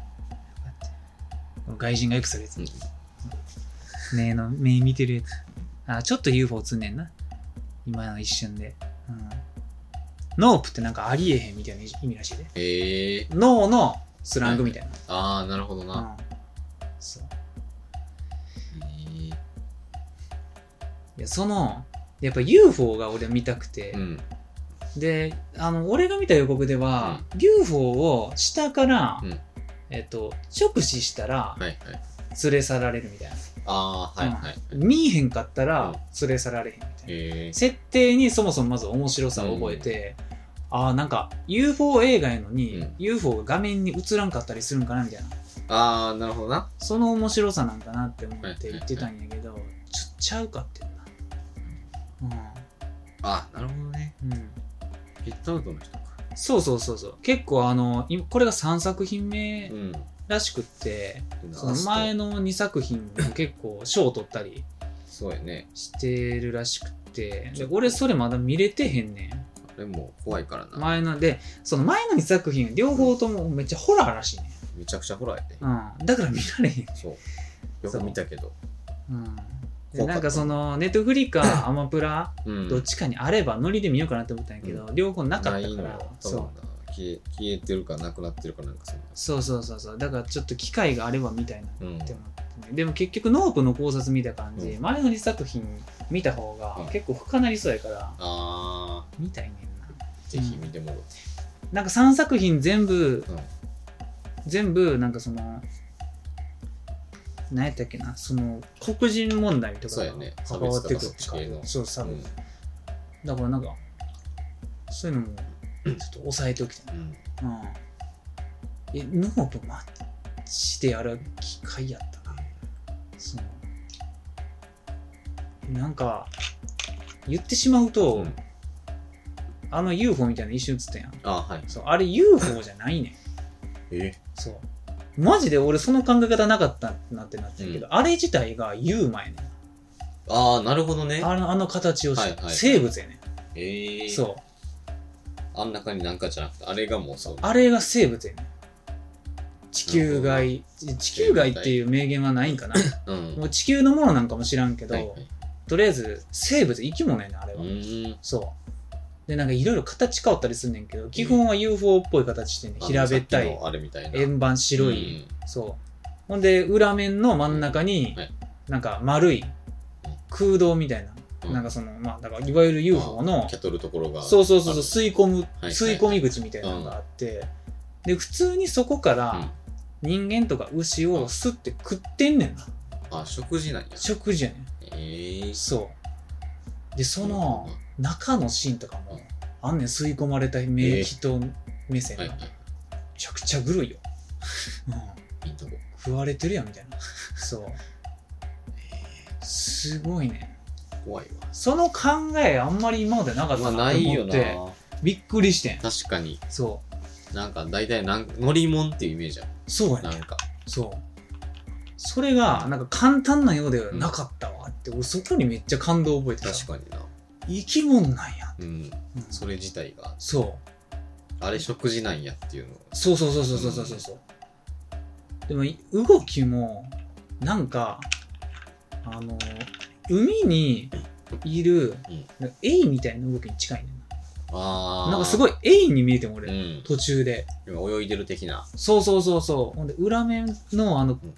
Speaker 1: この外人がよくするやつ。目の、目見てるやつ。あ、ちょっと UFO 映んねんな。今の一瞬で。うん。ノープってなんかありえへんみたいな意味らしいで。
Speaker 2: ええ
Speaker 1: 脳のスラングみたいな。
Speaker 2: ああ、なるほどな。
Speaker 1: うん。そう。
Speaker 2: え
Speaker 1: いや、その、やっぱ UFO が俺見たくて。
Speaker 2: えうん。
Speaker 1: であの俺が見た予告では、UFO を下から、
Speaker 2: うん
Speaker 1: えっと直視したら
Speaker 2: はいはい。
Speaker 1: 連れ去られるみたいな、
Speaker 2: ああ、はいはい。
Speaker 1: 見えへんかった
Speaker 2: う
Speaker 1: ら
Speaker 2: ん
Speaker 1: 連れ去られへんみたいな、
Speaker 2: ええ
Speaker 1: 設定にそもそもまず面白さを覚えて、ああなんか UFO 映画やのに、
Speaker 2: うん
Speaker 1: UFO が画面に映らんかったりするんかなみたいな
Speaker 2: ああ、なるほどな。
Speaker 1: その面白さなんかなって思って言ってたんやけど、ちょちゃうかってんな
Speaker 2: ああ、なるほどね。
Speaker 1: うん、うん
Speaker 2: ゲットアウトの人か。
Speaker 1: そうそうそうそう結構あの今これが3作品目
Speaker 2: うん。
Speaker 1: らしくって、その前
Speaker 2: の。
Speaker 1: の2作品も結構賞を取ったり
Speaker 2: そうやね。
Speaker 1: してるらしくてで俺それまだ見れてへんねん
Speaker 2: あれも怖いからな。
Speaker 1: 前のでその前の2作品両方ともめっちゃホラーらしいね
Speaker 2: めちゃくちゃホラーやで。
Speaker 1: ん、うん、だから見られへん、
Speaker 2: そう。よく見たけど。
Speaker 1: うんで
Speaker 2: 怖かった
Speaker 1: なんかそのネットフリ
Speaker 2: *laughs*
Speaker 1: かアマプラ
Speaker 2: うん
Speaker 1: どっちかにあればノリで見ようかなって思ったんやけど、両方なか
Speaker 2: な
Speaker 1: っ
Speaker 2: い
Speaker 1: たか
Speaker 2: の
Speaker 1: ら
Speaker 2: よ。多
Speaker 1: そう
Speaker 2: 分な消え消えてるかなくなってるかなんかそんな。
Speaker 1: そうそうそうそうだからちょっと機会があればみたいな
Speaker 2: うん。
Speaker 1: って思ってねでも結局ノープの考察見た感じ、
Speaker 2: うん
Speaker 1: 前の2作品見た方が
Speaker 2: うん
Speaker 1: 結構深なりそうやから、
Speaker 2: あ
Speaker 1: 見たいねんな
Speaker 2: あ、ぜひ見てもらおう。
Speaker 1: なんか3作品全部、
Speaker 2: うん
Speaker 1: 全部なんかその何やったっけなその黒人問題とか
Speaker 2: そう
Speaker 1: が
Speaker 2: やね
Speaker 1: 関わってくる
Speaker 2: 差別とかそっち系の
Speaker 1: そう差
Speaker 2: う
Speaker 1: 別、
Speaker 2: ん
Speaker 1: だからなんかそういうのもちょっと抑えておきたい
Speaker 2: うん。
Speaker 1: うんえノープマッチでやる機会やったなそのなんか言ってしまうと、
Speaker 2: うん
Speaker 1: あの UFO みたいなの一瞬映ったやん
Speaker 2: ああ、はい。
Speaker 1: そうあれ UFO じゃないねん *laughs*
Speaker 2: え
Speaker 1: そうマジで俺その考え方なかったなってなってるけど、あれ自体が U 前ねん
Speaker 2: ああ、なるほどね。
Speaker 1: あのあの形をした、
Speaker 2: はいはいはい
Speaker 1: 生物やねん、
Speaker 2: ええ
Speaker 1: そう
Speaker 2: あん中になんかじゃなくて、あれがもうそう。
Speaker 1: あれが生物やねん地球外地球外っていう名言はないんかな
Speaker 2: うん。
Speaker 1: もう地球のものなんかも知らんけど、
Speaker 2: はいはい。
Speaker 1: とりあえず生物生き物やねんあれ
Speaker 2: う
Speaker 1: は、
Speaker 2: ーん。
Speaker 1: そうでなんかいろいろ形変わったりすんねんけど基本は UFO っぽい形してんねん平べった
Speaker 2: あの
Speaker 1: い
Speaker 2: さっきのあれみたいな。
Speaker 1: 円盤白い、そうほんで裏面の真ん中に
Speaker 2: うんはい
Speaker 1: なんか丸い空洞みたいな、
Speaker 2: うん
Speaker 1: なんかそのまあだからいわゆる UFO の
Speaker 2: キャトルところが。
Speaker 1: そうそうそう
Speaker 2: ある
Speaker 1: そう吸い込む、
Speaker 2: はい
Speaker 1: 吸い込み口みたいなのがあって、で普通にそこから人間とか牛を吸って食ってんねんな
Speaker 2: うんあ、食事なんや。
Speaker 1: 食事やねん
Speaker 2: ええ
Speaker 1: そう。で、その中のシーンとかも、あんねん吸い込まれた目、
Speaker 2: えー
Speaker 1: 人目線
Speaker 2: は
Speaker 1: が、
Speaker 2: いは
Speaker 1: め
Speaker 2: い。
Speaker 1: ちゃくちゃグロいよ。うん
Speaker 2: いいとこ。
Speaker 1: 食われてるやんみたいな。そう。すごいね。
Speaker 2: 怖いわ。
Speaker 1: その考えあんまり今までなかっ
Speaker 2: まあ、
Speaker 1: た
Speaker 2: な
Speaker 1: なと
Speaker 2: いよ
Speaker 1: 思っ
Speaker 2: な。
Speaker 1: て、びっくりしてん。
Speaker 2: 確かに。
Speaker 1: そ
Speaker 2: なんか、大体なん、乗り物っていうイメージや
Speaker 1: う。そう
Speaker 2: な
Speaker 1: やね。
Speaker 2: んか。
Speaker 1: そう。それが、なんか簡単なようではなかったわって、俺そこにめっちゃ感動を覚えてた。
Speaker 2: 確かにな。
Speaker 1: 生き物なんや。
Speaker 2: うん。
Speaker 1: うん
Speaker 2: それ自体が、
Speaker 1: そう。
Speaker 2: あれ食事なんやっていうの。
Speaker 1: そうそうそうそうそうそうそうそう、でもい動きもなんかあの海にいる、
Speaker 2: うん
Speaker 1: なんかエイみたいな動きに近いねん
Speaker 2: あ
Speaker 1: な
Speaker 2: あ。
Speaker 1: なんかす
Speaker 2: い。
Speaker 1: ごいエイに見えても俺、
Speaker 2: うん。
Speaker 1: 途中で
Speaker 2: 今泳いでる的な。
Speaker 1: そうそうそうそうほんで裏面のあの、
Speaker 2: ん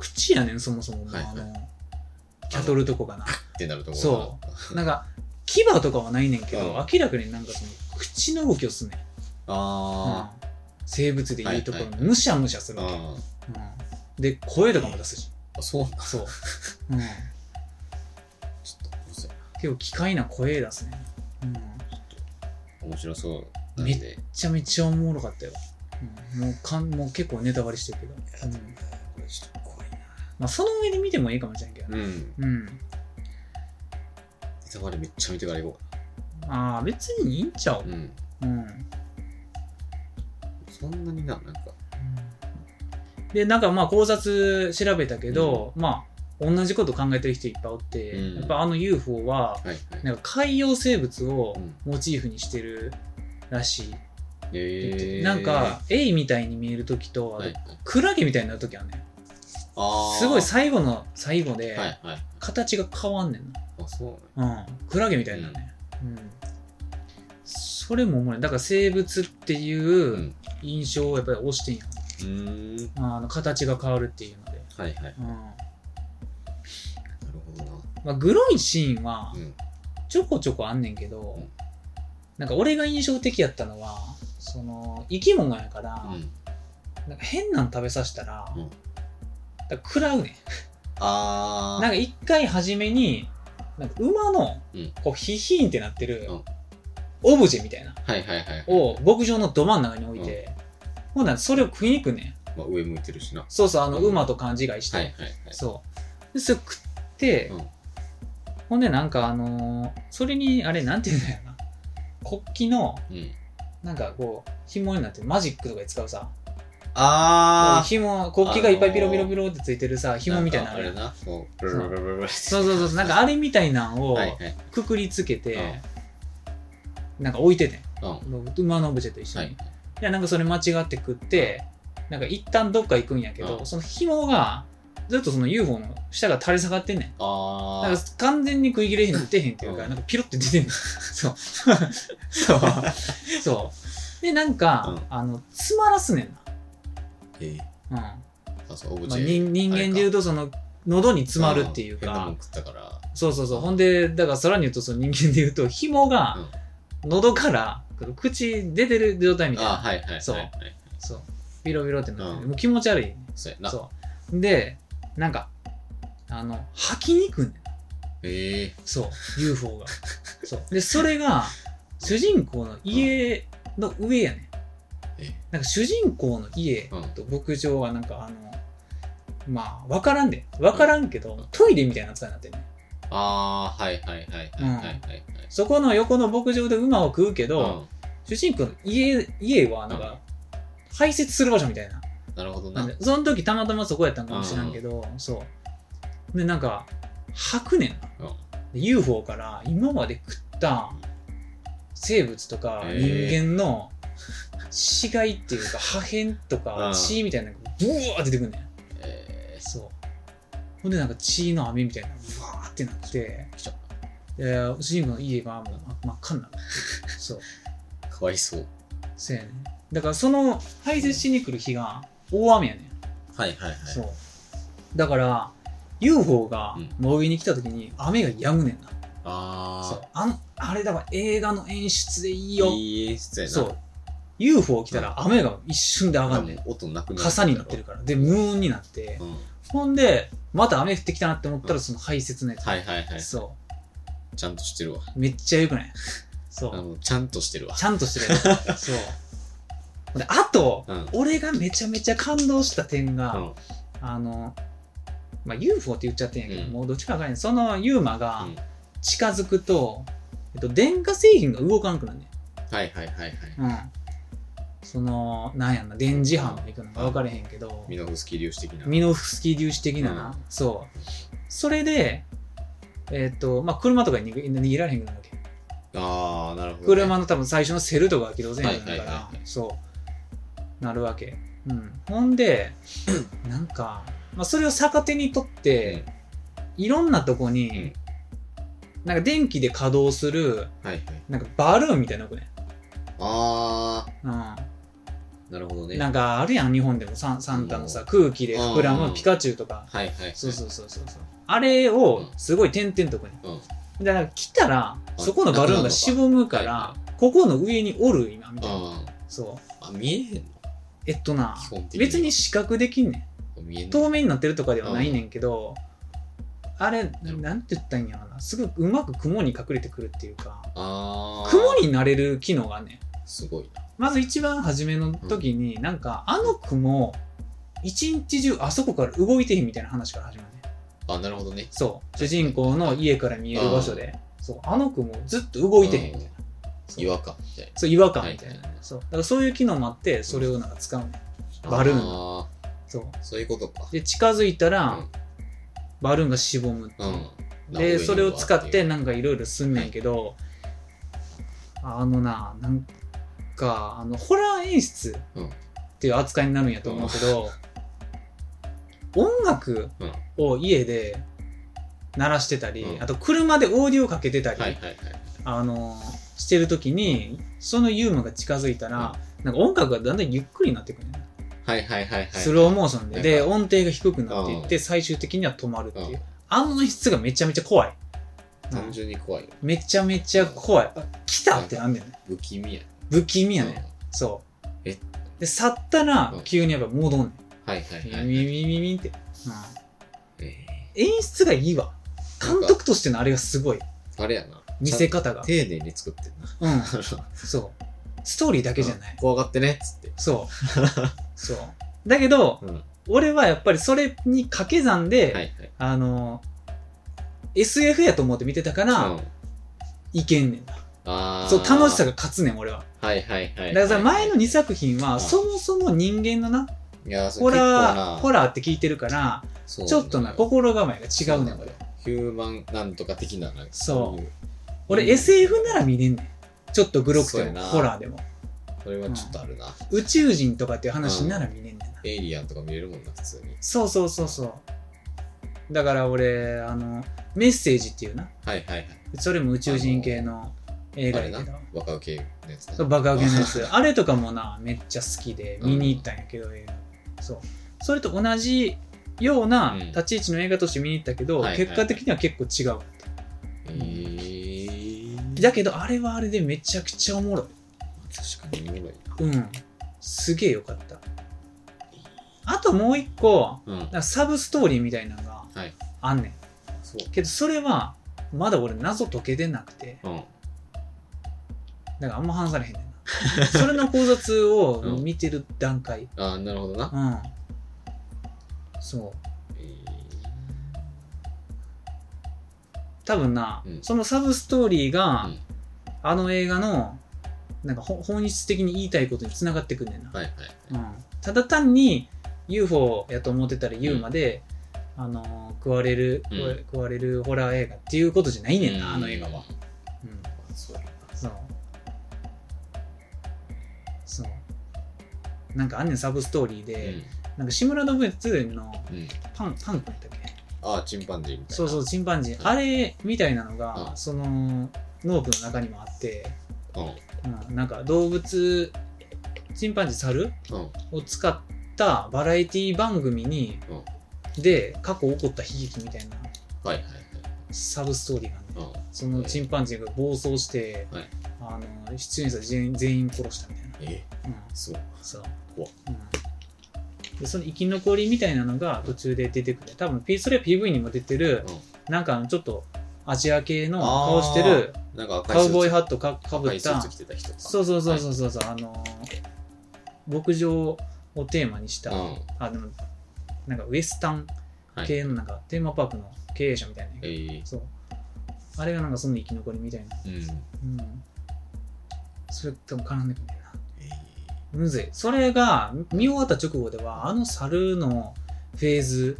Speaker 1: 口やねんそもそも、
Speaker 2: はいはい
Speaker 1: あのキャトルとこかな
Speaker 2: ってなるところ。
Speaker 1: そうなんか牙とかはないねんけど、
Speaker 2: うん
Speaker 1: 明らかになんかその口の動きをすんねん、
Speaker 2: あ
Speaker 1: うん生物でいうところ
Speaker 2: はい
Speaker 1: の
Speaker 2: はいはい
Speaker 1: むしゃむしゃする
Speaker 2: あ。
Speaker 1: わけ、
Speaker 2: あ
Speaker 1: うん、で声とかも出すし
Speaker 2: あ。そうなんだ。
Speaker 1: *laughs* そう、うん、
Speaker 2: ちょっとうるさい
Speaker 1: 結構機械な声出すね、うん、め
Speaker 2: な、面白そうなんで。
Speaker 1: ちゃめちゃおもろかったよ、うん、もうかんもう結構ネタバレしてるけど、うん
Speaker 2: これちょっと怖いな。
Speaker 1: まあ、その上で見てもいいかもしれんけどね
Speaker 2: うん。
Speaker 1: うん、
Speaker 2: ネタバレめっちゃ見てから行こ
Speaker 1: ああ別にいいんちゃう
Speaker 2: う。うん。
Speaker 1: うん、
Speaker 2: そんなにな、なんか。
Speaker 1: でなんかまあ考察調べたけど、まあ同じこと考えてる人いっぱいおって、
Speaker 2: うん
Speaker 1: やっぱあの UFO は
Speaker 2: はいはい
Speaker 1: なんか海洋生物を
Speaker 2: うん
Speaker 1: モチーフにしてるらしい、
Speaker 2: えー、
Speaker 1: なんかエイみたいに見える時と、あと
Speaker 2: はい、
Speaker 1: クラゲみたいになる時はね
Speaker 2: あー
Speaker 1: すごい最後の最後で
Speaker 2: はいはい
Speaker 1: 形が変わんねん
Speaker 2: あそうなん
Speaker 1: な、うん、クラゲみたいになるね、うんそれもおもろいだから生物って
Speaker 2: う
Speaker 1: いうん印象をやっぱり押してんや、
Speaker 2: うーん
Speaker 1: あの形が変わるっていうので、
Speaker 2: はいはいなる
Speaker 1: うん
Speaker 2: ほどな
Speaker 1: まあ、グロいシーンは
Speaker 2: うん
Speaker 1: ちょこちょこあんねんけど、
Speaker 2: うん
Speaker 1: なんか俺が印象的やったのはその生き物やから、
Speaker 2: うん
Speaker 1: なんか変なん食べさせたら,、
Speaker 2: うん
Speaker 1: だから食らうねん
Speaker 2: あー
Speaker 1: なんか一回初めになんか馬の
Speaker 2: うん
Speaker 1: こうヒヒーンってなってる
Speaker 2: うん
Speaker 1: オブジェみたいな
Speaker 2: はいはいはいはい
Speaker 1: を牧場のど真ん中に置いて、ほんならそれを食いに行くねん
Speaker 2: まあ、上向いてるしなは
Speaker 1: そうそうあの
Speaker 2: うん
Speaker 1: 馬と勘違いして、
Speaker 2: いはいはい
Speaker 1: そうでそれ食って、
Speaker 2: うん
Speaker 1: ほんでなんかあのーそれにあれなんていうんだよな国旗の
Speaker 2: うん
Speaker 1: なんかこう紐になってるマジックとかで使うさ
Speaker 2: あー
Speaker 1: 紐国旗がいっぱいピロピロピロってついてるさ紐みたいなのあ
Speaker 2: んかあ
Speaker 1: るや
Speaker 2: れ
Speaker 1: ん
Speaker 2: なそうブルブルブルブル
Speaker 1: そうそうそうなんかあれみたいなんを、
Speaker 2: はいはい
Speaker 1: くくりつけて、なんか置いててん
Speaker 2: うんは
Speaker 1: 馬のオブジェと一緒に、
Speaker 2: い
Speaker 1: い、やなんかそれ間違って食ってなんか一旦どっか行くんやけど、
Speaker 2: うん
Speaker 1: その紐がずっとその UFO の下が垂れ下がってんねん
Speaker 2: あ
Speaker 1: なん
Speaker 2: ー
Speaker 1: か完全に食い切れへん出てへんっていうか、
Speaker 2: うん
Speaker 1: なんかピロって出てん *laughs* のそうそう *laughs* そうでなんか、あの詰まらすねん
Speaker 2: えー
Speaker 1: な、うん
Speaker 2: あそうオブ
Speaker 1: まあ、
Speaker 2: ジェ
Speaker 1: 人人間でいうとその喉に詰まるっていう
Speaker 2: 変な
Speaker 1: か
Speaker 2: もん食ったから
Speaker 1: そうそうそう。ほんで、だからさらに言うと、その人間で言うと、紐が、喉から、口出てる状態みたいな。
Speaker 2: あーはいはいはいはい
Speaker 1: そうそう。ビロビロってなって、もう気持ち悪い。
Speaker 2: そうやな
Speaker 1: そう。で、なんか、あの、吐きにくんねん。
Speaker 2: ええ
Speaker 1: そう。UFO が。そう。で、それが、主人公の家の上やねん。
Speaker 2: え
Speaker 1: なんか主人公の家と牧場はなんかあの、まあ、わからんで。わからんけど、トイレみたいな扱いになってるねん。
Speaker 2: ああはいはいはいはいはいはいはい
Speaker 1: そこの横の牧場で馬を食うけど、
Speaker 2: うん
Speaker 1: 主人公の家家はなんか排泄する場所みたいな、
Speaker 2: なるほど
Speaker 1: な
Speaker 2: なん
Speaker 1: でその時たまたまそこやったんかもしれんけど、そうでなんか吐くねんな
Speaker 2: うん
Speaker 1: で UFO から今まで食った生物とか
Speaker 2: へー
Speaker 1: 人間の死骸っていう
Speaker 2: *laughs*
Speaker 1: か破片と
Speaker 2: う
Speaker 1: か
Speaker 2: ん
Speaker 1: 血みたいなのがブワーって出てくんねん
Speaker 2: え
Speaker 1: そうほんでなんか血の網みたいなのがブワーってなって
Speaker 2: ー来ちゃっ
Speaker 1: で主人公の家がもう真真っ赤になるそう
Speaker 2: たかわいそう
Speaker 1: そうやねだからその排泄しに来る日が大雨やねん
Speaker 2: はいはいはい
Speaker 1: そうだから UFO が
Speaker 2: うん
Speaker 1: 真上に来た時に雨が止むねんな、そう
Speaker 2: あ
Speaker 1: あのあれだから映画の演出でいい
Speaker 2: あ
Speaker 1: よ
Speaker 2: いい演出やな
Speaker 1: そう UFO 来たら雨が一瞬で上が
Speaker 2: なんんか
Speaker 1: ねん
Speaker 2: もう音なくなる
Speaker 1: 傘になってるからで無音になって
Speaker 2: うん
Speaker 1: ほんでまた雨降ってきたなって思ったらその排泄のやつ、
Speaker 2: はいはいはい
Speaker 1: そ
Speaker 2: ちゃんとしてるわ
Speaker 1: うめっちゃよくない *laughs* そ
Speaker 2: あ
Speaker 1: う
Speaker 2: のちゃんとしてるわ
Speaker 1: ちゃんとしてるや
Speaker 2: *laughs*
Speaker 1: つそうであと、
Speaker 2: うんうん
Speaker 1: 俺がめちゃめちゃ感動した点が、
Speaker 2: うん
Speaker 1: あの、まあ、UFO って言っちゃってんやけど、
Speaker 2: うん
Speaker 1: もうどっちかわからんないそのユーマが近づくと、えっと、電化製品が動かんくなるね
Speaker 2: はいはいはいはい
Speaker 1: んうんそのなんやんな電磁波まで行くのか分かれへんけど、
Speaker 2: ミノフスキ粒子的な
Speaker 1: ミノフスキー粒子的なな、
Speaker 2: うん
Speaker 1: そうそれでえっとまあ車とかに逃げ逃げられへんくなるわけ
Speaker 2: ああなるほどね
Speaker 1: 車の多分最初のセルとかが起動せんようになるか
Speaker 2: はい
Speaker 1: ら
Speaker 2: はいはいはい
Speaker 1: そうなるわけ、うん、ほんで *clears throat* なんか、まあ、それを逆手にとって、いろんなとこに、なんか電気で稼働する
Speaker 2: はいはい
Speaker 1: なんかバルーンみたいなのくね、
Speaker 2: あ
Speaker 1: うん
Speaker 2: あなるほどね
Speaker 1: なんかあるやん日本でもサンサンタのさ
Speaker 2: うん
Speaker 1: 空気で膨ら
Speaker 2: う
Speaker 1: む
Speaker 2: ん
Speaker 1: ピカチュウとか
Speaker 2: はいはい
Speaker 1: そうそうそうそうそうあれをすごい点々とこに、だから来たらそこのバルーンがしぼむから、
Speaker 2: は
Speaker 1: ここの上におる今みたいな、
Speaker 2: あ
Speaker 1: そう
Speaker 2: ーあ見えへんの
Speaker 1: えっとな
Speaker 2: 基本的に
Speaker 1: 別に視覚できんね
Speaker 2: 見えん
Speaker 1: ん
Speaker 2: の
Speaker 1: 透明になってるとかではないねんけど、あれなんて言ったらいいんやろなすごくうまく雲に隠れてくるっていうか
Speaker 2: ああ
Speaker 1: 雲になれる機能があんねん
Speaker 2: すごいな
Speaker 1: まず一番初めの時に、なんかあの雲一日中あそこから動いてへんみたいな話から始まるね
Speaker 2: あなるほどね
Speaker 1: そう主人公の家から見える場所でそうあの雲ずっと動いてへんみたいなそう
Speaker 2: 違和感みたい
Speaker 1: そう違和感みたいな、
Speaker 2: はいはいはい
Speaker 1: そうだからそういう機能もあってそれをなんか使うねんバルーン
Speaker 2: あ
Speaker 1: そう
Speaker 2: ーそういうことか
Speaker 1: で近づいたら、
Speaker 2: うん
Speaker 1: バルーンがしぼむ
Speaker 2: うん
Speaker 1: でそれを使って
Speaker 2: な
Speaker 1: なんかいろいろすんねんけど、あのななんかあのホラー演出
Speaker 2: うん
Speaker 1: っていう扱いになるんやと思うけど、音楽
Speaker 2: うん
Speaker 1: を家で鳴らしてたり、
Speaker 2: うん
Speaker 1: あと車でオーディオかけてたり、
Speaker 2: はいはいはい
Speaker 1: あのしてる時にそのユーマが近づいたら、なんか音楽がだんだんゆっくりになってくるねん
Speaker 2: はいはいはいはい
Speaker 1: スローモーションで、で、音程が低くなっていっ
Speaker 2: う。
Speaker 1: て、最終的には止まるっていううんあの質がめちゃめちゃ怖い。
Speaker 2: 単純に怖いよ
Speaker 1: めちゃめちゃ怖い。あ来たってなんだよね。
Speaker 2: 不気味や
Speaker 1: 不気味やね。そう。
Speaker 2: え
Speaker 1: で、去ったら
Speaker 2: うん、
Speaker 1: 急にやっぱ戻んねん。
Speaker 2: うんはいはい
Speaker 1: ミ
Speaker 2: はい
Speaker 1: ミミミミって。うん
Speaker 2: え
Speaker 1: 演出がいいわ。監督としてのあれがすごい。
Speaker 2: ーあれやな
Speaker 1: 見せ方が。
Speaker 2: 丁寧に作ってんな
Speaker 1: うん。
Speaker 2: あの
Speaker 1: そう。ストーリーだけじゃない。
Speaker 2: 怖がってねっつって
Speaker 1: そう。そう。だけど、
Speaker 2: うんはい
Speaker 1: 俺はやっぱりそれに掛け算で、
Speaker 2: はい
Speaker 1: あの、SF やと思って見てたから、
Speaker 2: うん
Speaker 1: いけんねんな。
Speaker 2: あー
Speaker 1: そう、楽しさが勝つねん、俺は。
Speaker 2: はいはいはい
Speaker 1: だからさ、前の2
Speaker 2: 歳
Speaker 1: 作品は、
Speaker 2: ん
Speaker 1: そもそも人間のな、
Speaker 2: いやそ
Speaker 1: ホ
Speaker 2: れ結構
Speaker 1: ラー、
Speaker 2: な
Speaker 1: ホラーって聞いてるから、
Speaker 2: そう
Speaker 1: ちょっとな、心構えが違うねん、
Speaker 2: そうなの
Speaker 1: 俺
Speaker 2: よ。ヒューマンなんとか的ななんか
Speaker 1: そう
Speaker 2: い
Speaker 1: 俺 SF なら見れんねん。ちょっとグロく
Speaker 2: そう
Speaker 1: て
Speaker 2: や
Speaker 1: も、
Speaker 2: な
Speaker 1: ホラーでも。
Speaker 2: それはちょっとあるな
Speaker 1: 宇宙人とかっていう話なら見れんねんな。
Speaker 2: エイリアンとか見れるもんな普通に
Speaker 1: そうそうそうそう。だから俺、あの、メッセージっていうな。
Speaker 2: はいはいはい
Speaker 1: それも宇宙人系の映
Speaker 2: あ
Speaker 1: 画
Speaker 2: れ
Speaker 1: や
Speaker 2: な
Speaker 1: けど。
Speaker 2: 若受けのやつな
Speaker 1: そうバカウケのやつあれとかもなめっちゃ好きで
Speaker 2: うん
Speaker 1: 見に行ったんやけど、映画そうそれと同じような
Speaker 2: うん
Speaker 1: 立ち位置の映画として見に行ったけど、
Speaker 2: はいはいはい
Speaker 1: 結果的には結構違う、
Speaker 2: *laughs* えー
Speaker 1: だけどあれはあれでめちゃくちゃおもろ
Speaker 2: 確かにおもろい
Speaker 1: いうんすげえよかったあともう一個
Speaker 2: なうん
Speaker 1: なんかサブストーリーみたいなのが
Speaker 2: はい
Speaker 1: あんねん、
Speaker 2: そう
Speaker 1: けどそれはまだ俺謎解けてなくて
Speaker 2: うん
Speaker 1: だからあんま話されへんねん
Speaker 2: *laughs*
Speaker 1: なそれの考察を見てる段階、
Speaker 2: ああなるほどな
Speaker 1: うん。そう。
Speaker 2: え
Speaker 1: 多分な、
Speaker 2: うん
Speaker 1: そのサブストーリーが、
Speaker 2: うん
Speaker 1: あの映画の、なんかほ本質的に言いたいことにつながってくんねんな。
Speaker 2: ーはいはい
Speaker 1: うん、ただ単に UFO やと思ってたら U まで、あのー食われる、
Speaker 2: うん
Speaker 1: 食わ食われるホラー映画っていうことじゃないねんな、
Speaker 2: うん
Speaker 1: あの映画は。うん。
Speaker 2: そうやな
Speaker 1: そう。そう。なんかあんねんサブストーリーで、なんか志村動物園の
Speaker 2: うんうん
Speaker 1: パン、パン君だっけ
Speaker 2: ああチンパンジーみたいな
Speaker 1: そうそう、チンパンジー。
Speaker 2: うん
Speaker 1: あれみたいなの
Speaker 2: う
Speaker 1: が、
Speaker 2: ん
Speaker 1: その、農具の中にもあって、
Speaker 2: うん
Speaker 1: うん、なんか動物、チンパンジー、猿
Speaker 2: うん
Speaker 1: を使ったバラエティ番組に、で、過去起こった悲劇みたいな
Speaker 2: はいはいはい
Speaker 1: サブストーリーがあんねん
Speaker 2: うん
Speaker 1: そのチンパンジーが暴走して、
Speaker 2: はい
Speaker 1: あの出演者全員全員殺したみたいな。
Speaker 2: え
Speaker 1: うん
Speaker 2: そう
Speaker 1: そう。
Speaker 2: 怖っ
Speaker 1: うんでその生き残りみたいなのが途中で出てくる。多分、P- それは PV にも出てる、なんかあのちょっとアジア系の顔してる、
Speaker 2: なんか赤い
Speaker 1: カウボーイハ
Speaker 2: ッ
Speaker 1: ットかか
Speaker 2: ト
Speaker 1: ぶ
Speaker 2: 赤
Speaker 1: っ
Speaker 2: いスー
Speaker 1: た
Speaker 2: ツ、着てた人か
Speaker 1: そうそうそうそうそうそう、あのー牧場をテーマにした、
Speaker 2: うん
Speaker 1: あの、なんかウエスタン系のなんか、テーマパークの経営者みたいな、
Speaker 2: えー
Speaker 1: そう。あれがなんかその生き残りみたいな。
Speaker 2: うん
Speaker 1: うん。それとも絡んでくるんだよな。
Speaker 2: え
Speaker 1: むずい。それが見終わった直後では、あの猿のフェーズ、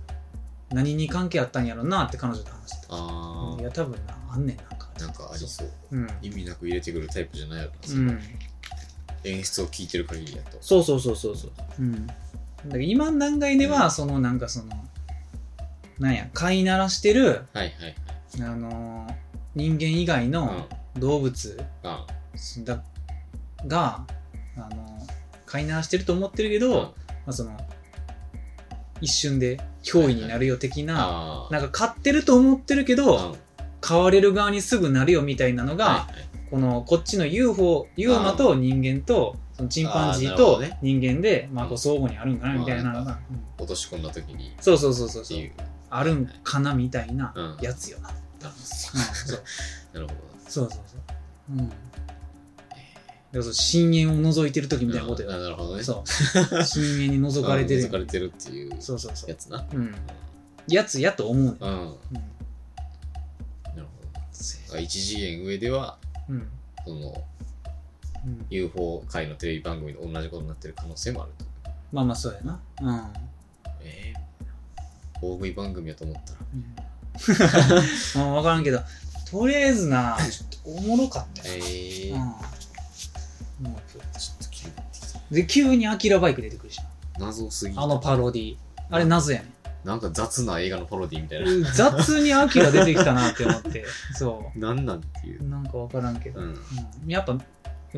Speaker 1: 何に関係あったんやろなって彼女と話して
Speaker 2: ーあ
Speaker 1: た。いや、多分な、あんねんなんか。
Speaker 2: あなんかありそう
Speaker 1: うん。
Speaker 2: 意味なく入れてくるタイプじゃないやろな
Speaker 1: うん。
Speaker 2: 演出を聞いてる限りだと
Speaker 1: そうそうそうそうそう。うん。だから今の段階では、
Speaker 2: うん
Speaker 1: そのなんかその、なんや、飼いならしてる、
Speaker 2: はいはい
Speaker 1: あのー人間以外
Speaker 2: はい
Speaker 1: の動物
Speaker 2: うんうん
Speaker 1: だが、あのー飼いならしてると思ってるけど、まあ、その、一瞬で脅威になるよ的な、
Speaker 2: あ
Speaker 1: なんか飼ってると思ってるけど、
Speaker 2: ん
Speaker 1: 飼われる側にすぐなるよみたいなのが、
Speaker 2: はいはい
Speaker 1: このこっちの UFO、ユーマと人間と、そのチンパンジー
Speaker 2: あー
Speaker 1: と
Speaker 2: なるほどね
Speaker 1: 人間で、まあこ
Speaker 2: う
Speaker 1: うん相互にあるんかなみたいなの
Speaker 2: ま
Speaker 1: が、うん
Speaker 2: 落とし込んだ時に
Speaker 1: そうそうそうそう
Speaker 2: っ
Speaker 1: そ
Speaker 2: て
Speaker 1: う
Speaker 2: いう
Speaker 1: あるんかなみたいな
Speaker 2: うん
Speaker 1: やつよな。多分うんそう
Speaker 2: なるほど
Speaker 1: そうそうそう。うん。だからそう深淵を覗いてる時みたいなことよ。
Speaker 2: あなるほどね
Speaker 1: そう。深淵に覗かれて
Speaker 2: あ覗か
Speaker 1: る。
Speaker 2: れてるっていう
Speaker 1: そうそうそ
Speaker 2: や
Speaker 1: う。
Speaker 2: つな
Speaker 1: うん。やつやと思うねん。
Speaker 2: うんうんなるほど一次元上では
Speaker 1: うん。うん。
Speaker 2: その
Speaker 1: うん、
Speaker 2: UFO 界のテレビ番組と
Speaker 1: *laughs*
Speaker 2: 同じことになってる可能性もあると
Speaker 1: まあまあそうやな。うん。
Speaker 2: え大食い番組やと思ったら
Speaker 1: うんうん、分からんけどとりあえずなちょっとおもろかったよ、
Speaker 2: えー、
Speaker 1: うんもう
Speaker 2: ちょっと気になってきた
Speaker 1: で急にアキラバイク出てくるし
Speaker 2: 謎すぎ
Speaker 1: なあのパロディあれ謎やねん
Speaker 2: なんか雑な映画のパロディみたいな
Speaker 1: 雑にアキラ出てきたなって思ってそ
Speaker 2: なんなんっていう
Speaker 1: うなんか分からんけど、
Speaker 2: う
Speaker 1: うん
Speaker 2: ん
Speaker 1: やっぱ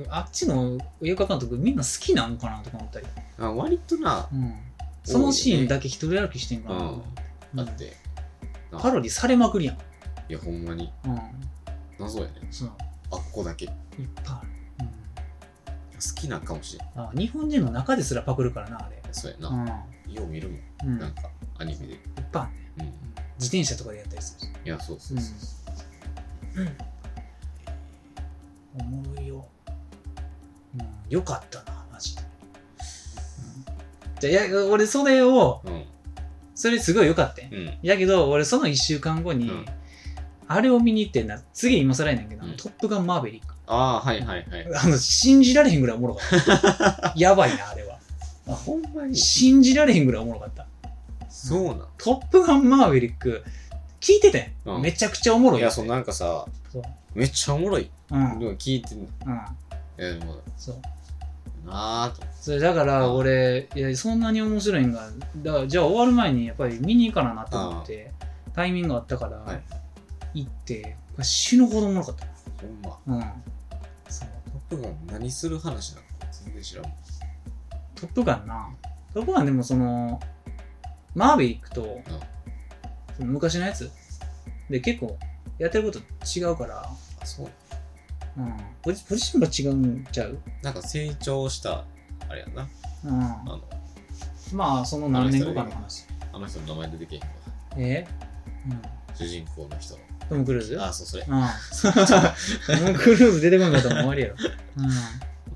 Speaker 1: あっちの映画監督みんな好きなんかなとか思ったり、
Speaker 2: あ割とな
Speaker 1: うん、そのシーンだけ一人歩きしてんか
Speaker 2: う
Speaker 1: な、
Speaker 2: ん
Speaker 1: う
Speaker 2: だ
Speaker 1: ん
Speaker 2: ってな
Speaker 1: パロディされまくりやん、
Speaker 2: いやほんまに
Speaker 1: うん、
Speaker 2: 謎やね
Speaker 1: そう
Speaker 2: あっこだけいや
Speaker 1: いっぱいある、
Speaker 2: 好きなんかもしれん
Speaker 1: うん、あ日本人の中ですらパクるからなあれ
Speaker 2: そうや
Speaker 1: う
Speaker 2: な、
Speaker 1: ん
Speaker 2: よう見るもん、
Speaker 1: うん、
Speaker 2: なんかアニメで
Speaker 1: いっぱいあるね
Speaker 2: うん
Speaker 1: 自転車とかでやったりするし
Speaker 2: いやそうそうそう、
Speaker 1: うん、おもろいよ、うん、よかったなマジで、うん、じゃあいや俺それを
Speaker 2: うん
Speaker 1: それすごいよかったん、
Speaker 2: うん
Speaker 1: やけど俺その1週間後に、
Speaker 2: うん
Speaker 1: あれを見に行ってんな次今更やねんけど、あの
Speaker 2: うん
Speaker 1: トップガンマーベリック
Speaker 2: ああはいはいはい
Speaker 1: あの信じられへんぐらいおもろかった
Speaker 2: *laughs*
Speaker 1: やばいなあれは
Speaker 2: あほんまに
Speaker 1: 信じられへんぐらいおもろかった
Speaker 2: そうなん
Speaker 1: トップガンマーヴェリック、聞いてて、
Speaker 2: うん
Speaker 1: めちゃくちゃおもろい
Speaker 2: い
Speaker 1: よ
Speaker 2: や、そう、なんかさ、
Speaker 1: そう
Speaker 2: めっちゃおもろい。
Speaker 1: うん。うん
Speaker 2: で。も聞いてんの。え、でも、
Speaker 1: そう。
Speaker 2: なぁと。
Speaker 1: それだから、俺、いや、そんなに面白いんが、だから、じゃあ終わる前にやっぱり見に行かななって思って、タイミングがあったから、
Speaker 2: はい
Speaker 1: 行って、これ死ぬほどおもろかった。
Speaker 2: ほんま。
Speaker 1: うん。そう。
Speaker 2: トップガン何する話なのか全然知らん。
Speaker 1: トップガンな、トップガンでもその、マーヴェリックと、その昔のやつで結構やってること違うから、
Speaker 2: あ、そう
Speaker 1: うん、ポジポジションが違うんちゃう
Speaker 2: なんか成長した、あれやな。
Speaker 1: うん。
Speaker 2: あの、
Speaker 1: まあその何年後かの話
Speaker 2: あの人の名前出てけへんわ。
Speaker 1: え、うん、
Speaker 2: 主人公の人の。
Speaker 1: トム・クルーズ
Speaker 2: あ、そう、それ。
Speaker 1: うん、 *laughs* トム・クルーズ出てこなかったら終わりやろ
Speaker 2: こ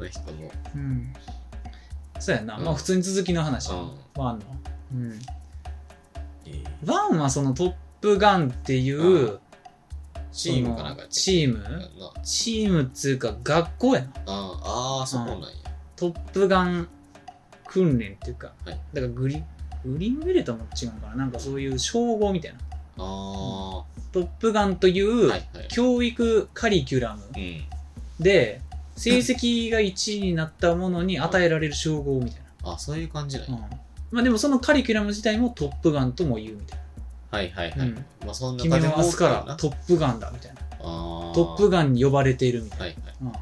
Speaker 2: の人の。
Speaker 1: うん、うん、そうやな、
Speaker 2: うん
Speaker 1: まあ普通に続きの話、
Speaker 2: うん
Speaker 1: ワンの、うん、
Speaker 2: えー
Speaker 1: ワンはそのトップガンっていう、
Speaker 2: うんチームかなんかやってる。
Speaker 1: チーム
Speaker 2: やんな
Speaker 1: チームっつうか学校やな
Speaker 2: あーあー、そうなんや。
Speaker 1: トップガン訓練っていうか、
Speaker 2: はい
Speaker 1: だからグリグリーンベルトも違うのかななんかそういう称号みたいな
Speaker 2: ああ、は
Speaker 1: トップガンという
Speaker 2: いはい。
Speaker 1: 教育カリキュラム、
Speaker 2: うん。
Speaker 1: で成績が1位になったものに与えられる称号みたい
Speaker 2: あ、そういう感じなん
Speaker 1: な、
Speaker 2: や。
Speaker 1: まあ、でもそのカリキュラム自体もトップガンとも言うみたいな
Speaker 2: はいはいはい。
Speaker 1: うん
Speaker 2: まあ、そんな
Speaker 1: 君
Speaker 2: 感じ
Speaker 1: は明日からトップガンだみたいな
Speaker 2: あー
Speaker 1: トップガンに呼ばれているみたいな、
Speaker 2: はいはい。
Speaker 1: うん、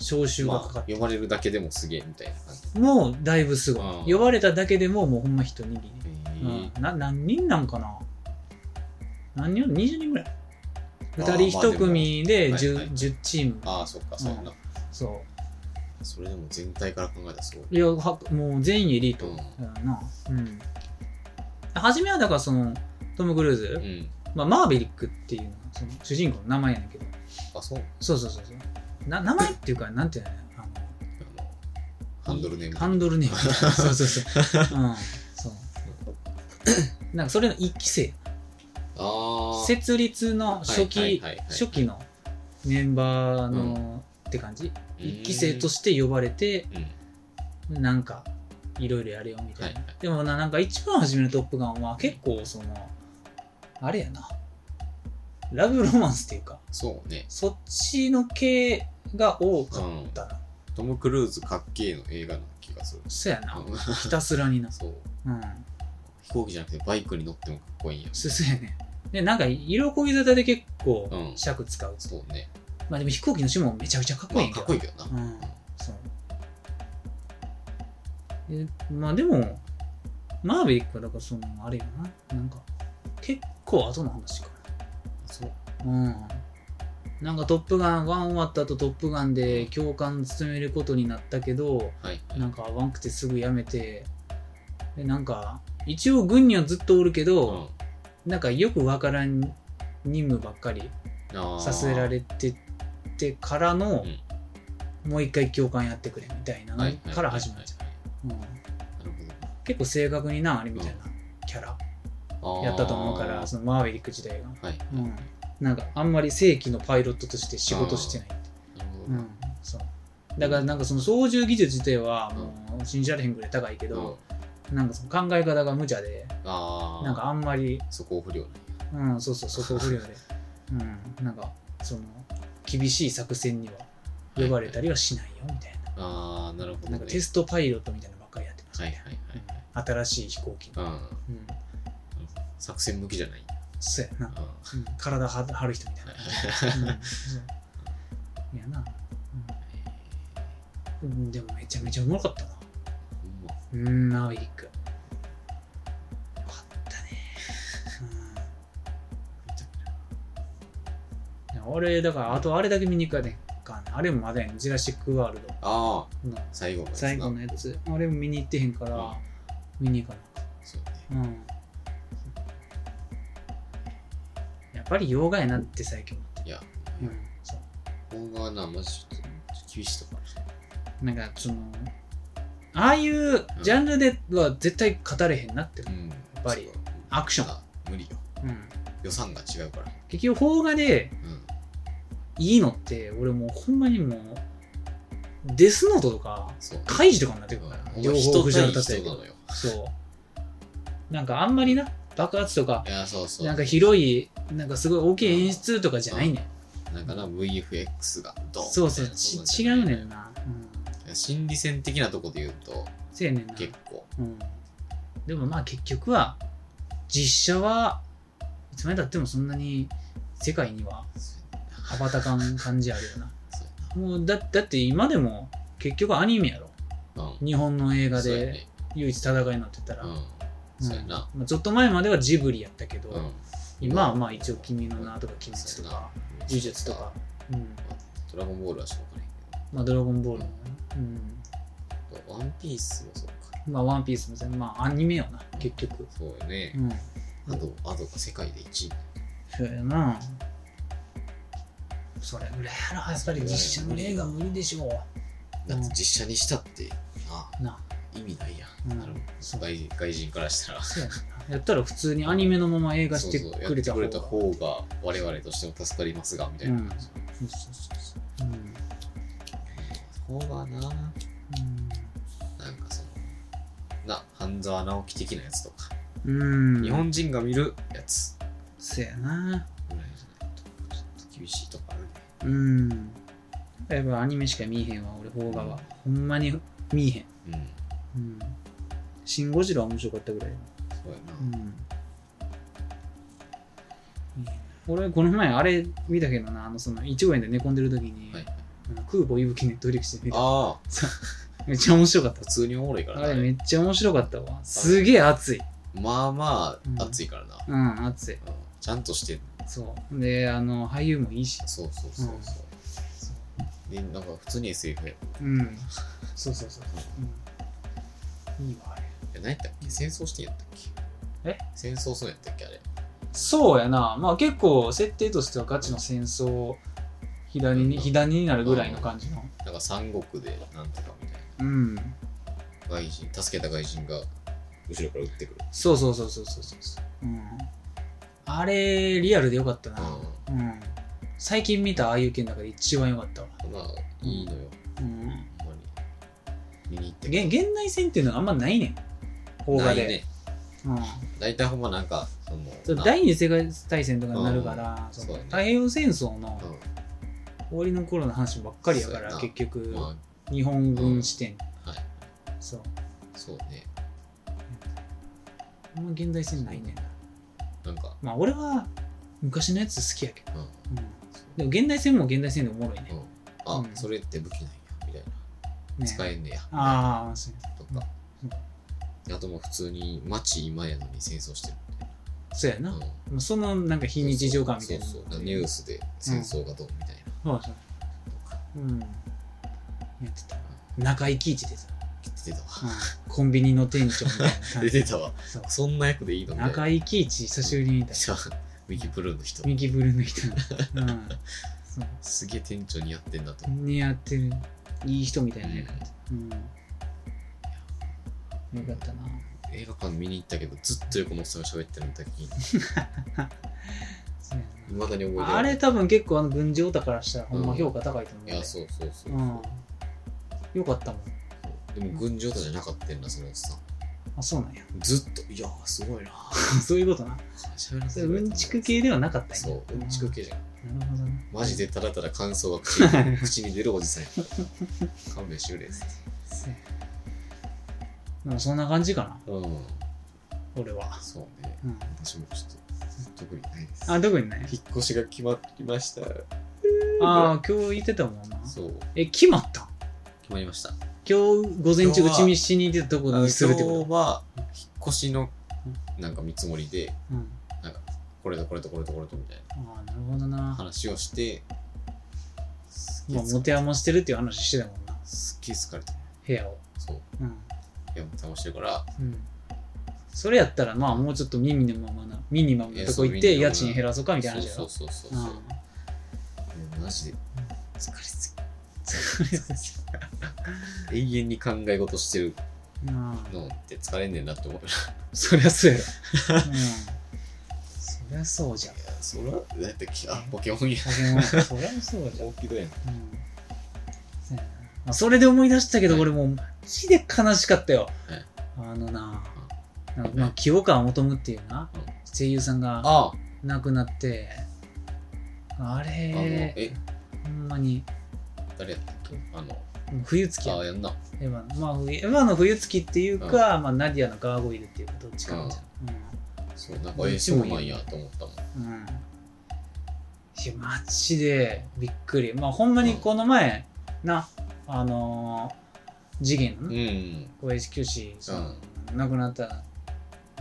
Speaker 1: 招集が
Speaker 2: ま
Speaker 1: かか
Speaker 2: あ
Speaker 1: っ、て、
Speaker 2: 呼ばれるだけでもすげえみたいな感じ。
Speaker 1: もうだいぶすご
Speaker 2: あ
Speaker 1: い
Speaker 2: ー
Speaker 1: 呼ばれただけでももうほんま一握り、
Speaker 2: え
Speaker 1: うん、な何人なんかな何人20人ぐらい
Speaker 2: あ
Speaker 1: 2人
Speaker 2: ーまあでも
Speaker 1: 1組で
Speaker 2: はい
Speaker 1: 10,、
Speaker 2: はい
Speaker 1: 10チーム
Speaker 2: ああ、そっか、そうやな。
Speaker 1: そ
Speaker 2: それでも全体から考えたらすごい。
Speaker 1: ういやはもう全員エリート
Speaker 2: うん。
Speaker 1: だよなうん初めはだからそのトム・クルーズ、
Speaker 2: うん。
Speaker 1: まあ、マーヴェリックっていうのがその主人公の名前やねんけど
Speaker 2: あ、そう。
Speaker 1: そうそうそうそうな名前っていうかなんていうのやねんあの
Speaker 2: あの、ハンドルネーム。
Speaker 1: ハンドルネームそうそうそううん
Speaker 2: *laughs*
Speaker 1: そうなんかそれの一期生
Speaker 2: ああ。
Speaker 1: 設立の初期、
Speaker 2: はいはいはいはい
Speaker 1: 初期のメンバーの、って感じ一期生として呼ばれて
Speaker 2: うん。
Speaker 1: なんかいろいろやれよみたいな、
Speaker 2: はいはい
Speaker 1: でもななんか一番初めの「トップガン」は結構そのあれやなラブロマンスっていうか
Speaker 2: そうね。
Speaker 1: そっちの系が多
Speaker 2: う
Speaker 1: かっ
Speaker 2: ん。
Speaker 1: たな、
Speaker 2: トム・クルーズかっけえの映画な気がする。
Speaker 1: そやな
Speaker 2: うん
Speaker 1: ひたすらにな
Speaker 2: そう。
Speaker 1: うん
Speaker 2: 飛行機じゃなくてバイクに乗ってもかっこいいんや。
Speaker 1: そそうやねでなんか色こぎ沙汰で結構
Speaker 2: うん
Speaker 1: 尺使う、
Speaker 2: そうね。
Speaker 1: まあでも飛行機の種もめちゃくちゃかっこ
Speaker 2: ま
Speaker 1: いいんや
Speaker 2: あ、
Speaker 1: け
Speaker 2: か
Speaker 1: ど
Speaker 2: っこいいけど
Speaker 1: う
Speaker 2: な。
Speaker 1: んそうえまあでもマーヴェリックはだからそのあれよななんか結構後の話か
Speaker 2: そう。
Speaker 1: うんなんか「トップガン」1終わった後トップガン」で教官務めることになったけど
Speaker 2: はい。
Speaker 1: なんか合わんくてすぐ辞めてでなんか一応軍にはずっとおるけ
Speaker 2: う
Speaker 1: ど、なんかよくわからん任務ばっかり
Speaker 2: ん
Speaker 1: させら
Speaker 2: る。
Speaker 1: れててからの、もう一回教官やってくれみたいな
Speaker 2: は
Speaker 1: の
Speaker 2: いはい
Speaker 1: から始まっちゃ、
Speaker 2: はいうはいはいなる
Speaker 1: うん結構正確になあれみたいなキャラ
Speaker 2: ほど。
Speaker 1: やったと思うか
Speaker 2: あ
Speaker 1: ら
Speaker 2: ー
Speaker 1: そのマーヴェリック時代が、
Speaker 2: はい。
Speaker 1: う
Speaker 2: なる
Speaker 1: ん、なんかあんまり正規のパイロットとして仕事してない、
Speaker 2: ほ
Speaker 1: う
Speaker 2: ど
Speaker 1: ん、そうだからなんかその操縦技術自体はもう信じられへんぐらい高いけど、。なんかその考え方が無茶で
Speaker 2: ああ
Speaker 1: なんかあんまり
Speaker 2: そこ不良ね
Speaker 1: うんそうそうそこ不良でうんなんかその厳しい作戦には呼ばれたりはしないよみたいな
Speaker 2: ああなるほど、ね、
Speaker 1: なんかテストパイロットみたいなのばっかりやってました
Speaker 2: はいはい
Speaker 1: ね、
Speaker 2: はいはい
Speaker 1: 新しい飛行機の
Speaker 2: ああ
Speaker 1: うん
Speaker 2: 作戦向きじゃないんだ
Speaker 1: そうやな、
Speaker 2: ああ
Speaker 1: うん、体は張る人みたいなうんそういやな、うん、でもめちゃめちゃおもろかったなうんマーヴェリックよかったねうんいや俺だからあとあれだけ見に行くかねかねあれもまだやんジュラシック・ワール
Speaker 2: ああ
Speaker 1: ドの
Speaker 2: 最後のやつな
Speaker 1: 最後のやつあれも見に行ってへんから、
Speaker 2: うん
Speaker 1: 見に行かな
Speaker 2: そうね
Speaker 1: うんやっぱり洋画やなって最近思って
Speaker 2: いや
Speaker 1: うんそう
Speaker 2: 邦画はなマジちょっと厳しいとこある
Speaker 1: なんかそのああいうジャンルでは絶対語れへんなって、
Speaker 2: うんや
Speaker 1: っぱりアクション
Speaker 2: 無理よ
Speaker 1: うん、
Speaker 2: 予算が違うから
Speaker 1: 結局邦画で
Speaker 2: うん
Speaker 1: いいのって俺もうほんまにもうデスノートとか
Speaker 2: そう
Speaker 1: カイジとかになってくるから、
Speaker 2: うん
Speaker 1: 両
Speaker 2: 人
Speaker 1: 方
Speaker 2: 対
Speaker 1: 藤原達
Speaker 2: 人な
Speaker 1: 也
Speaker 2: のよ
Speaker 1: そうなんかあんまりな爆発とか
Speaker 2: いやそうそう
Speaker 1: なんか広いなんかすごい大きい演出とかじゃないねん
Speaker 2: なんかな VFX がドン
Speaker 1: そうそう
Speaker 2: みたいな
Speaker 1: ち
Speaker 2: んじ
Speaker 1: 違
Speaker 2: ゃないう
Speaker 1: ねんな、うん、
Speaker 2: 心理戦的なとこで言うと
Speaker 1: せやねんな
Speaker 2: 結構
Speaker 1: うん、でもまあ結局は実写はいつまでたってもそんなに世界には羽ばたかん感じあるよな
Speaker 2: そう
Speaker 1: もうだだって今でも結局アニメやろ
Speaker 2: やなうん
Speaker 1: 日本の映画
Speaker 2: そうや
Speaker 1: で
Speaker 2: ね
Speaker 1: 唯一戦いになってたら、
Speaker 2: うん
Speaker 1: うん
Speaker 2: そうやな
Speaker 1: まあ、ちょっと前まではジブリやったけど、
Speaker 2: うん
Speaker 1: 今はまあ一応「君の名」とか「鬼滅」とか
Speaker 2: そうやな
Speaker 1: 「呪術」とか、うん
Speaker 2: ドラゴンボールはしょうがない
Speaker 1: まあ、ドラゴンボールもね、うん
Speaker 2: けどワンピースもそうか
Speaker 1: まあ、ワンピースも全部まあアニメよな結局、
Speaker 2: そうよね
Speaker 1: うん、
Speaker 2: あとあと世界で1位
Speaker 1: そうやなそれぐらいやろやっぱり実写の映画無理でしょう
Speaker 2: だって実写にしたってな
Speaker 1: な
Speaker 2: 意味ないや
Speaker 1: うんん
Speaker 2: なるほど
Speaker 1: そう
Speaker 2: 外人外人からしたら
Speaker 1: そうやなやったら普通にアニメのまま映画して
Speaker 2: そうそうや
Speaker 1: く
Speaker 2: って
Speaker 1: れた方
Speaker 2: く
Speaker 1: が
Speaker 2: れた方が我々としても助かりますがみたいな感じ
Speaker 1: そうそうそうそううん
Speaker 2: そうだななんかそのな半沢直樹的なやつとか、
Speaker 1: うん、うん
Speaker 2: 日本人が見るやつ
Speaker 1: そうやな
Speaker 2: ぐらいじゃないとちょっと厳しいとこあるね
Speaker 1: うんやっぱアニメしか見えへんわ俺邦画はほんまに見えへん
Speaker 2: うん
Speaker 1: うんシン・ゴジラは面白かったぐらい
Speaker 2: そうやな、
Speaker 1: 俺この前あれ見たけどなあのその1兆円で寝込んでる時に、
Speaker 2: はい
Speaker 1: あの空母いぶきネットフリックスで見た
Speaker 2: ああ
Speaker 1: めっちゃ面白かっ
Speaker 2: 普通におもろいか
Speaker 1: た
Speaker 2: ら
Speaker 1: あれ
Speaker 2: な
Speaker 1: めっちゃ面白かったわすげえ熱い
Speaker 2: まあま
Speaker 1: うん
Speaker 2: あ熱いからな、
Speaker 1: うん熱い
Speaker 2: うんちゃんとしてん
Speaker 1: そうであの俳優もいいし
Speaker 2: そうそうそうそう、でなんか普通に SF や
Speaker 1: うんそうそうそう、うん、いいわあれ
Speaker 2: え何やったっけ戦争してんやったっけ
Speaker 1: え
Speaker 2: 戦争そうやったっけあれ
Speaker 1: そうやなまあ結構設定としてはガチの戦争左に左になるぐらいの感じの
Speaker 2: なんか三国でなんとかみたい
Speaker 1: うん
Speaker 2: な外人助けた外人が後ろから撃ってくる
Speaker 1: そうそうそうそうそうそうそう、うん、あれリアルでよかったな、
Speaker 2: う
Speaker 1: うん最近見たああいう系の中で一番よかったわ、
Speaker 2: んまあいいのよ
Speaker 1: うん、
Speaker 2: ほんまに見に行って
Speaker 1: げ現代戦っていうのがあんまないねん邦画で、
Speaker 2: ないね
Speaker 1: うん
Speaker 2: 大体ほんまなんかその
Speaker 1: そう、
Speaker 2: な
Speaker 1: 第二次世界大戦とかになるから、
Speaker 2: うん
Speaker 1: その
Speaker 2: そうやね
Speaker 1: 太平洋戦争の
Speaker 2: うん
Speaker 1: 終わりの頃の話ばっかりやから
Speaker 2: そうやな
Speaker 1: 結局
Speaker 2: ま
Speaker 1: 日本軍視点、
Speaker 2: あはい
Speaker 1: そう
Speaker 2: そうね
Speaker 1: あんま現代戦ないねん
Speaker 2: なんか
Speaker 1: まあ俺は昔のやつ好きやけど、
Speaker 2: うん
Speaker 1: うん、
Speaker 2: そう
Speaker 1: でも現代戦も現代戦でおもろいね
Speaker 2: うんあ、
Speaker 1: うん
Speaker 2: それって武器なんやみたいな、
Speaker 1: ね
Speaker 2: 使えんねや
Speaker 1: ああそうや
Speaker 2: とか、あともう普通に街今やのに戦争してるみたい
Speaker 1: そうやな、
Speaker 2: な、うん
Speaker 1: まあそのなんか非日常感みたいな
Speaker 2: そうそうそうニュースで戦争がどうみたいな、
Speaker 1: そうそううんやってた中井貴一でさ、
Speaker 2: 出てたわ、
Speaker 1: うん、コンビニの店長みたいな感
Speaker 2: 出
Speaker 1: じ
Speaker 2: *laughs* てたわ
Speaker 1: そう
Speaker 2: そんな役でいいのみたいな
Speaker 1: 中井貴一久しぶりに見た
Speaker 2: じゃあウィキブルーの人
Speaker 1: 右ブルーの
Speaker 2: *laughs*
Speaker 1: 人、うん、そう
Speaker 2: すげえ店長似合ってんだと思
Speaker 1: 似合ってるいい人みたいなやつ、うんよかったな
Speaker 2: う映画館見に行ったけどずっと横本さんが喋ってるのだけい
Speaker 1: そうや
Speaker 2: まだに覚えて
Speaker 1: なあれ多分結構あの軍事オタからしたらほんま
Speaker 2: うん
Speaker 1: 評価高いと思う
Speaker 2: い
Speaker 1: ね、
Speaker 2: やそうそうそう、
Speaker 1: うんよかったもん
Speaker 2: でも軍事オタじゃなかったんだそのおっさん
Speaker 1: あそう
Speaker 2: *laughs*
Speaker 1: なんや
Speaker 2: ずっといやーすごいな
Speaker 1: そういうことな
Speaker 2: 喋ら
Speaker 1: そ
Speaker 2: せ
Speaker 1: れ
Speaker 2: てくれた
Speaker 1: うんちく系ではなかったんや
Speaker 2: そううんちく系じゃん
Speaker 1: なるほどね
Speaker 2: マジでただただ感想が口に *laughs* 口に出るおじさんやから勘弁してくれっつって
Speaker 1: そうでもそんな感じかな
Speaker 2: うん
Speaker 1: 俺は、
Speaker 2: そうね
Speaker 1: うん、
Speaker 2: 私もちょっと特にないです
Speaker 1: あ特にね
Speaker 2: 引っ越しが決まりました
Speaker 1: ああ今日言ってたもんな
Speaker 2: そう
Speaker 1: え決まった
Speaker 2: 決まりました
Speaker 1: 今日午前中
Speaker 2: 今日
Speaker 1: 打
Speaker 2: は
Speaker 1: ち見しに行ってたとこ
Speaker 2: 今
Speaker 1: にするって
Speaker 2: 日
Speaker 1: こ
Speaker 2: は引っ越しのなんか見積もりで
Speaker 1: と、うん、
Speaker 2: これとこれとこれとこれとみたいな
Speaker 1: ああなるほどな
Speaker 2: 話をして
Speaker 1: まあ持て余してるっていう話してたもんな
Speaker 2: すっげえ疲れた
Speaker 1: 部屋を
Speaker 2: そう
Speaker 1: うん、
Speaker 2: いやもう倒してるから
Speaker 1: うん、それやったらまあもうちょっとミニマムなミニマムなとこ行っ
Speaker 2: いや
Speaker 1: て
Speaker 2: そう
Speaker 1: 家
Speaker 2: ミニマムな
Speaker 1: 賃減らそうかみたいな話や
Speaker 2: そ
Speaker 1: ろ
Speaker 2: うそうそうそ
Speaker 1: う
Speaker 2: う
Speaker 1: ん
Speaker 2: そうもうマジで
Speaker 1: 疲れすぎ疲れす
Speaker 2: 永遠に考え事してる *laughs*
Speaker 1: ぎうん
Speaker 2: のって疲れんねんなって思うい
Speaker 1: そりゃそうやろ、うん、そりゃそうじゃん
Speaker 2: や *laughs* それはだってきあポケモンや
Speaker 1: ポケモンそりゃそうじゃん、うん
Speaker 2: 大きいやん
Speaker 1: そうやなまあ、それで思い出したけど、
Speaker 2: はい
Speaker 1: 俺もうマジで悲しかったよ、
Speaker 2: はい
Speaker 1: あのななんかまあ清川求むっていうな、
Speaker 2: うん
Speaker 1: 声優さんが
Speaker 2: ああ
Speaker 1: 亡くなってあ
Speaker 2: あの
Speaker 1: れ
Speaker 2: え
Speaker 1: ほんまに
Speaker 2: 誰やったっけあの
Speaker 1: もう冬月
Speaker 2: あ
Speaker 1: や
Speaker 2: あやんな
Speaker 1: エヴァの,、まあ、冬エヴァの冬月っていうか、まあ、ナディアのガーゴイルっていうかどっちかみたいな、うん
Speaker 2: そうなん
Speaker 1: どっ
Speaker 2: かえ
Speaker 1: ち
Speaker 2: そう
Speaker 1: も
Speaker 2: なんやと思ったもん
Speaker 1: うんいやマジでびっくりまあほんまにこの前、なあのー、次元の
Speaker 2: う
Speaker 1: ね
Speaker 2: ん
Speaker 1: 小林清志さん、亡くなった
Speaker 2: は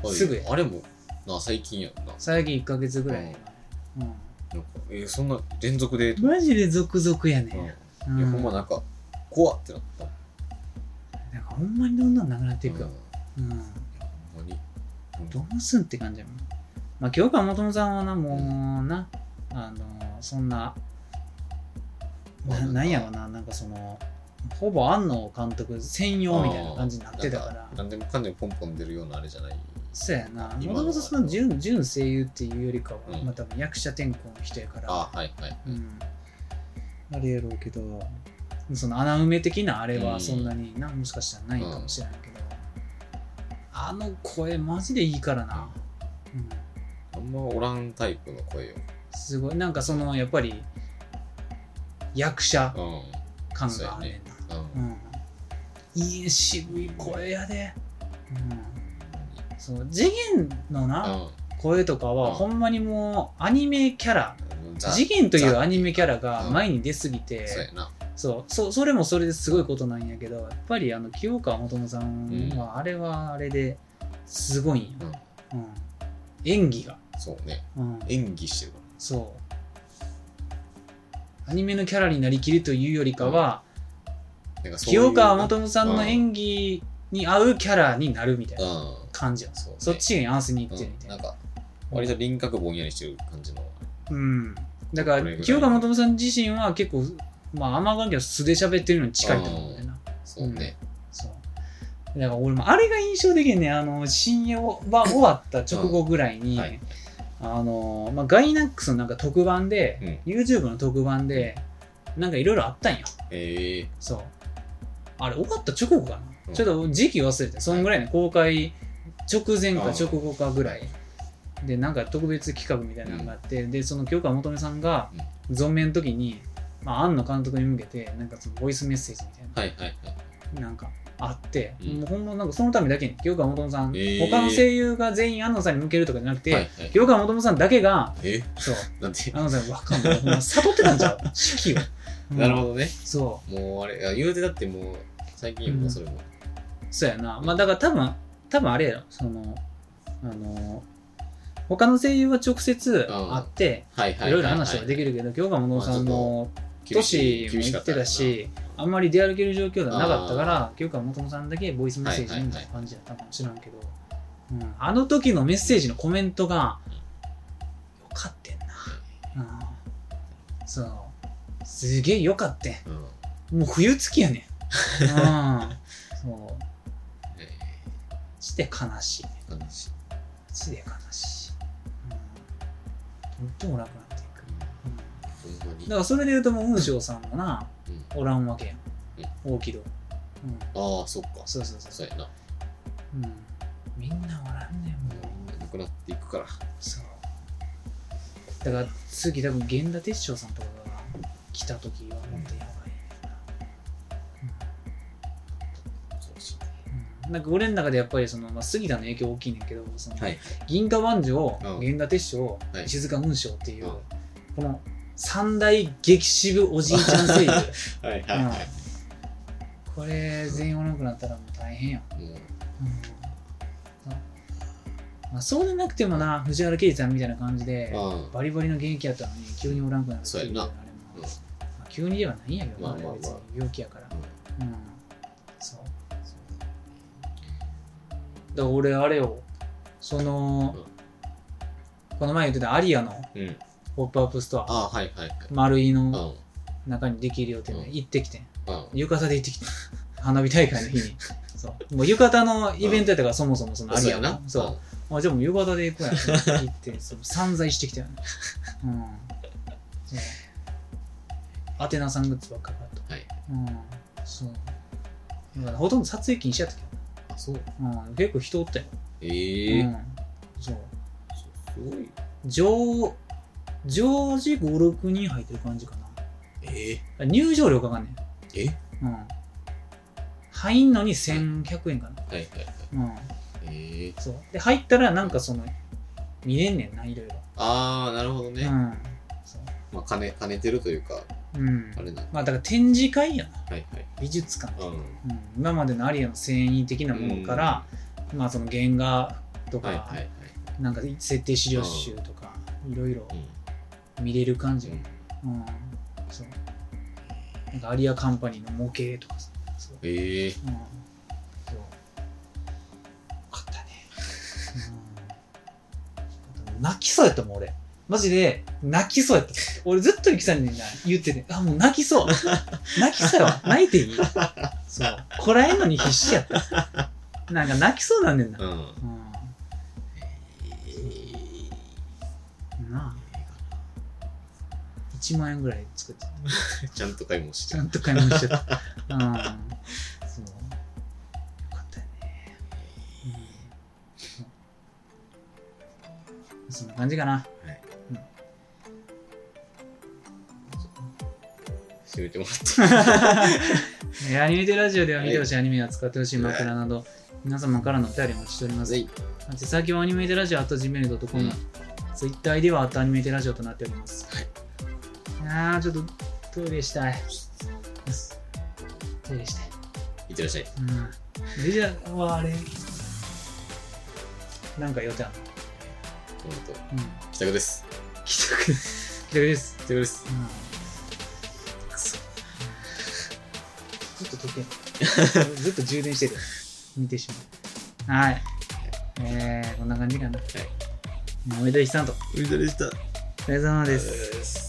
Speaker 2: い
Speaker 1: すぐや
Speaker 2: あれもな最近やんななんか
Speaker 1: 最近1ヶ月ぐらい前、うん
Speaker 2: えそんな連続でと
Speaker 1: マジで続々や
Speaker 2: うん
Speaker 1: ね、
Speaker 2: いや
Speaker 1: うん
Speaker 2: ほんまなんか怖ってなったっ
Speaker 1: なんかほんまにどんどんなくなっていくよ、うん
Speaker 2: ほんまにうん
Speaker 1: どうすんって感じやもんまあ清川元さんはなもうな、あのーそんな
Speaker 2: まあ
Speaker 1: な
Speaker 2: なんか
Speaker 1: なんやろななんかそのほぼ安野監督専用みたいな感じになってたか
Speaker 2: な
Speaker 1: ら
Speaker 2: ん何でもかんでもポンポン出るようなあれじゃない
Speaker 1: そうやな
Speaker 2: 今
Speaker 1: も
Speaker 2: の
Speaker 1: ともとその純純声優っていうよりかは、
Speaker 2: うん
Speaker 1: まあ多分役者転校の人やから
Speaker 2: あはいはい、
Speaker 1: うん、あれやろうけどその穴埋め的なあれ
Speaker 2: う
Speaker 1: は
Speaker 2: ん
Speaker 1: そんなにな、もしかしたらないかもしれないけど、あの声マジでいいからな、うん、
Speaker 2: あんまおらんタイプの声よ
Speaker 1: すごいなんかそのやっぱり役者
Speaker 2: うん
Speaker 1: 感があるねんな
Speaker 2: うん
Speaker 1: うん、いい渋い声やで、うん、そう次元のな、声とかは、
Speaker 2: うん
Speaker 1: ほんまにもうアニメキャラ
Speaker 2: うんザ
Speaker 1: 次元という
Speaker 2: ザ
Speaker 1: アニメキャラが
Speaker 2: うん
Speaker 1: 前に出すぎて、
Speaker 2: そうやな
Speaker 1: そうそそれもそれですごいことなんやけどやっぱりあの清川元乃さん
Speaker 2: うん
Speaker 1: はあれはあれですごいんよ、
Speaker 2: うん
Speaker 1: うん演技が、
Speaker 2: そうね
Speaker 1: うん、
Speaker 2: 演技してるか
Speaker 1: そうアニメのキャラになりきるというよりかは、
Speaker 2: らなんかそういう
Speaker 1: 清川元乃さんの演技に合うキャラになるみたい
Speaker 2: うん
Speaker 1: な感じや、
Speaker 2: そうね
Speaker 1: そっちに合わせにいってるみ
Speaker 2: う
Speaker 1: た
Speaker 2: ん
Speaker 1: いな
Speaker 2: な、
Speaker 1: ん
Speaker 2: か割と輪郭ぼんやりしてる感じの
Speaker 1: うん、だか
Speaker 2: これぐ
Speaker 1: ら
Speaker 2: らい
Speaker 1: 清川元乃さん自身は結構まあ甘がんけど素で喋ってるのに近いと思うんだよな
Speaker 2: そうね
Speaker 1: そうだから俺もあれが印象的にねあの深夜は終わった直後ぐらいに、
Speaker 2: はい
Speaker 1: あのまあ、ガイナックスのなんか特番で、YouTube の特番でなんかいろいろあったんよ
Speaker 2: ええ
Speaker 1: そうあれ終わった直後かな、
Speaker 2: うん
Speaker 1: ちょっと時期忘れてそんぐらいね公開直前か
Speaker 2: うん
Speaker 1: 直後かぐらいでなんか特別企画みたいなのがあって、でその京川求さんが存命の時に、まあ、庵野監督に向けてなんかそのボイスメッセージみたいな
Speaker 2: はいはいはい
Speaker 1: なんかあって、
Speaker 2: うん
Speaker 1: もうほんまなんかそのためだけに清川元さん、
Speaker 2: えー
Speaker 1: 他の声優が全員安野さんに向けるとかじゃなくて、
Speaker 2: はいはい
Speaker 1: 清川元さんだけが
Speaker 2: え
Speaker 1: そう
Speaker 2: なんて
Speaker 1: 安野さんわかんないほんま悟ってたんじゃう式を、うん
Speaker 2: *laughs* なるほどね
Speaker 1: そ
Speaker 2: もうあれいや言うてだってもう最近もうそれも
Speaker 1: うそうやなまあだから多分多分あれやろそのあの他の声優は直接
Speaker 2: うん
Speaker 1: 会って、
Speaker 2: はいはい
Speaker 1: いろいろ話はで
Speaker 2: る
Speaker 1: きるけど、清川元さんも
Speaker 2: 厳し
Speaker 1: 年
Speaker 2: い
Speaker 1: も
Speaker 2: 厳し
Speaker 1: 行
Speaker 2: か
Speaker 1: っ
Speaker 2: った
Speaker 1: て
Speaker 2: よな
Speaker 1: たし、あんまり出歩ける状況ではなかったから、清川元さんだけボイスメッセージみたいな感じだったかもしれんけど、うんあの時のメッセージのコメントが、よかってんな。うん、そう。すげえよかって
Speaker 2: うん
Speaker 1: ん。もう冬月やねん。
Speaker 2: *laughs*
Speaker 1: うん。そう。
Speaker 2: え
Speaker 1: して悲しい。
Speaker 2: え悲しい
Speaker 1: して悲しい。うん。どんどん楽になっていく。うん
Speaker 2: ほんまに
Speaker 1: だからそれで言うともう雲尚さんもな、
Speaker 2: うん
Speaker 1: おらんわけやん、大木戸、うん、
Speaker 2: ああそっか
Speaker 1: そうそうそう
Speaker 2: そうやな
Speaker 1: う、ん、みんなおらんねんもう
Speaker 2: なくなっていくから
Speaker 1: そうだから次多分源田鉄章さんとかが来た時はもっとやばい、
Speaker 2: そうです
Speaker 1: うんなんか俺の中でやっぱりその、まあ、杉田の影響大きいねんけどその、
Speaker 2: はい
Speaker 1: 銀河万丈、
Speaker 2: うん
Speaker 1: 源田鉄章、
Speaker 2: はい
Speaker 1: 石塚雲章っていう、
Speaker 2: うん
Speaker 1: この三大激渋おじいちゃん声優、
Speaker 2: はいは
Speaker 1: う
Speaker 2: い
Speaker 1: ん
Speaker 2: は
Speaker 1: これ全員おらなくなったらもう大変や、
Speaker 2: い、もう
Speaker 1: うんまあ、そうでなくてもな藤原圭司さんみたいな感じで、
Speaker 2: うん
Speaker 1: バリバリの現役やったのに急におらんくなる
Speaker 2: そうやな
Speaker 1: あれも
Speaker 2: うん
Speaker 1: まあ、急にではないんやけどな、
Speaker 2: まあまあまあ
Speaker 1: れは別に病気やからうん、そうだから俺あれよその、この前言ってたアリアの
Speaker 2: うん、うん、
Speaker 1: ポップアップストア
Speaker 2: ああはいはいはい
Speaker 1: 丸井
Speaker 2: うん
Speaker 1: の中にできるよってね、
Speaker 2: うん
Speaker 1: 行ってきてん
Speaker 2: うん
Speaker 1: 浴衣で行ってきてん花火大会の日
Speaker 2: *laughs*
Speaker 1: にそうもう浴衣のイベントやったから、そもそもそのア
Speaker 2: そう
Speaker 1: リア
Speaker 2: や
Speaker 1: の
Speaker 2: な
Speaker 1: そうあじゃあもう浴衣で行くやんって言って *laughs* そう散財してきたよねうんそうアテナさんグッズばっかり買った
Speaker 2: はい
Speaker 1: うんそうだからほとんど撮影禁止やったけ
Speaker 2: うんあそう
Speaker 1: ど、うん、結構人おったよ、
Speaker 2: ええ
Speaker 1: うん、そう
Speaker 2: すごい
Speaker 1: 常常時56人入ってる感じか
Speaker 2: え
Speaker 1: な
Speaker 2: え
Speaker 1: 入場料かかんね
Speaker 2: え
Speaker 1: んうん入んのに1100円かな
Speaker 2: はいはいはい
Speaker 1: うん
Speaker 2: ええ
Speaker 1: そうで入ったらなんかその見れんねんないろいろ
Speaker 2: ああなるほどね、
Speaker 1: うんそう
Speaker 2: まあ兼ね兼ねてるというか
Speaker 1: うん
Speaker 2: あれな
Speaker 1: まあだから展示会やな
Speaker 2: はいはい
Speaker 1: 美術館、
Speaker 2: うん
Speaker 1: うん、今までのアリアの繊維的なものから、まあその原画とか、
Speaker 2: はいはいはい
Speaker 1: なんか設定資料集とか、いろいろ
Speaker 2: うん
Speaker 1: 見れる感じ、
Speaker 2: う
Speaker 1: うん
Speaker 2: ん
Speaker 1: そうなんかアリアカンパニーの模型とかさそう、
Speaker 2: ええ
Speaker 1: うん、そうよかったね、うん、泣きそうやったもん俺マジで泣きそうやった俺ずっとゆきさんにな言っててあもう泣き *laughs* そう泣きそうやわ泣いていいそうこらえんのに必死やったなんか泣きそうなんねんな、
Speaker 2: うん
Speaker 1: うん
Speaker 2: ええ
Speaker 1: なあ1万円ぐらい作って
Speaker 2: ちゃんと買い物して
Speaker 1: ちゃ
Speaker 2: る
Speaker 1: んと買い物しちゃった。
Speaker 2: *laughs*
Speaker 1: うん。そう。よかったよね。うん。そんな感じかな。
Speaker 2: 閉めてもらって
Speaker 1: えーアニメテラジオでは見てほしいアニメを使ってほしい枕など、皆様からのお便りをお待ちしております。
Speaker 2: はい
Speaker 1: 宛先はアニメテラジオ .gmail.com、
Speaker 2: うん
Speaker 1: Twitter ではアニメテラジオとなっております。ああ、ちょっとトイレしたい。トイレしたい。
Speaker 2: いってらっしゃい
Speaker 1: うん。でじゃあ、あれ、なんか予定ある
Speaker 2: この後
Speaker 1: うん。
Speaker 2: 帰宅です
Speaker 1: 帰宅です。帰宅です。
Speaker 2: 帰宅です
Speaker 1: うん。くそ。ずっと時 *laughs* 計、ずっと充電してる。見てしまう。はい。えー、こんな感じかな。。
Speaker 2: はい
Speaker 1: 上田一さんと。
Speaker 2: お疲れ様でした
Speaker 1: お疲れ様です。
Speaker 2: す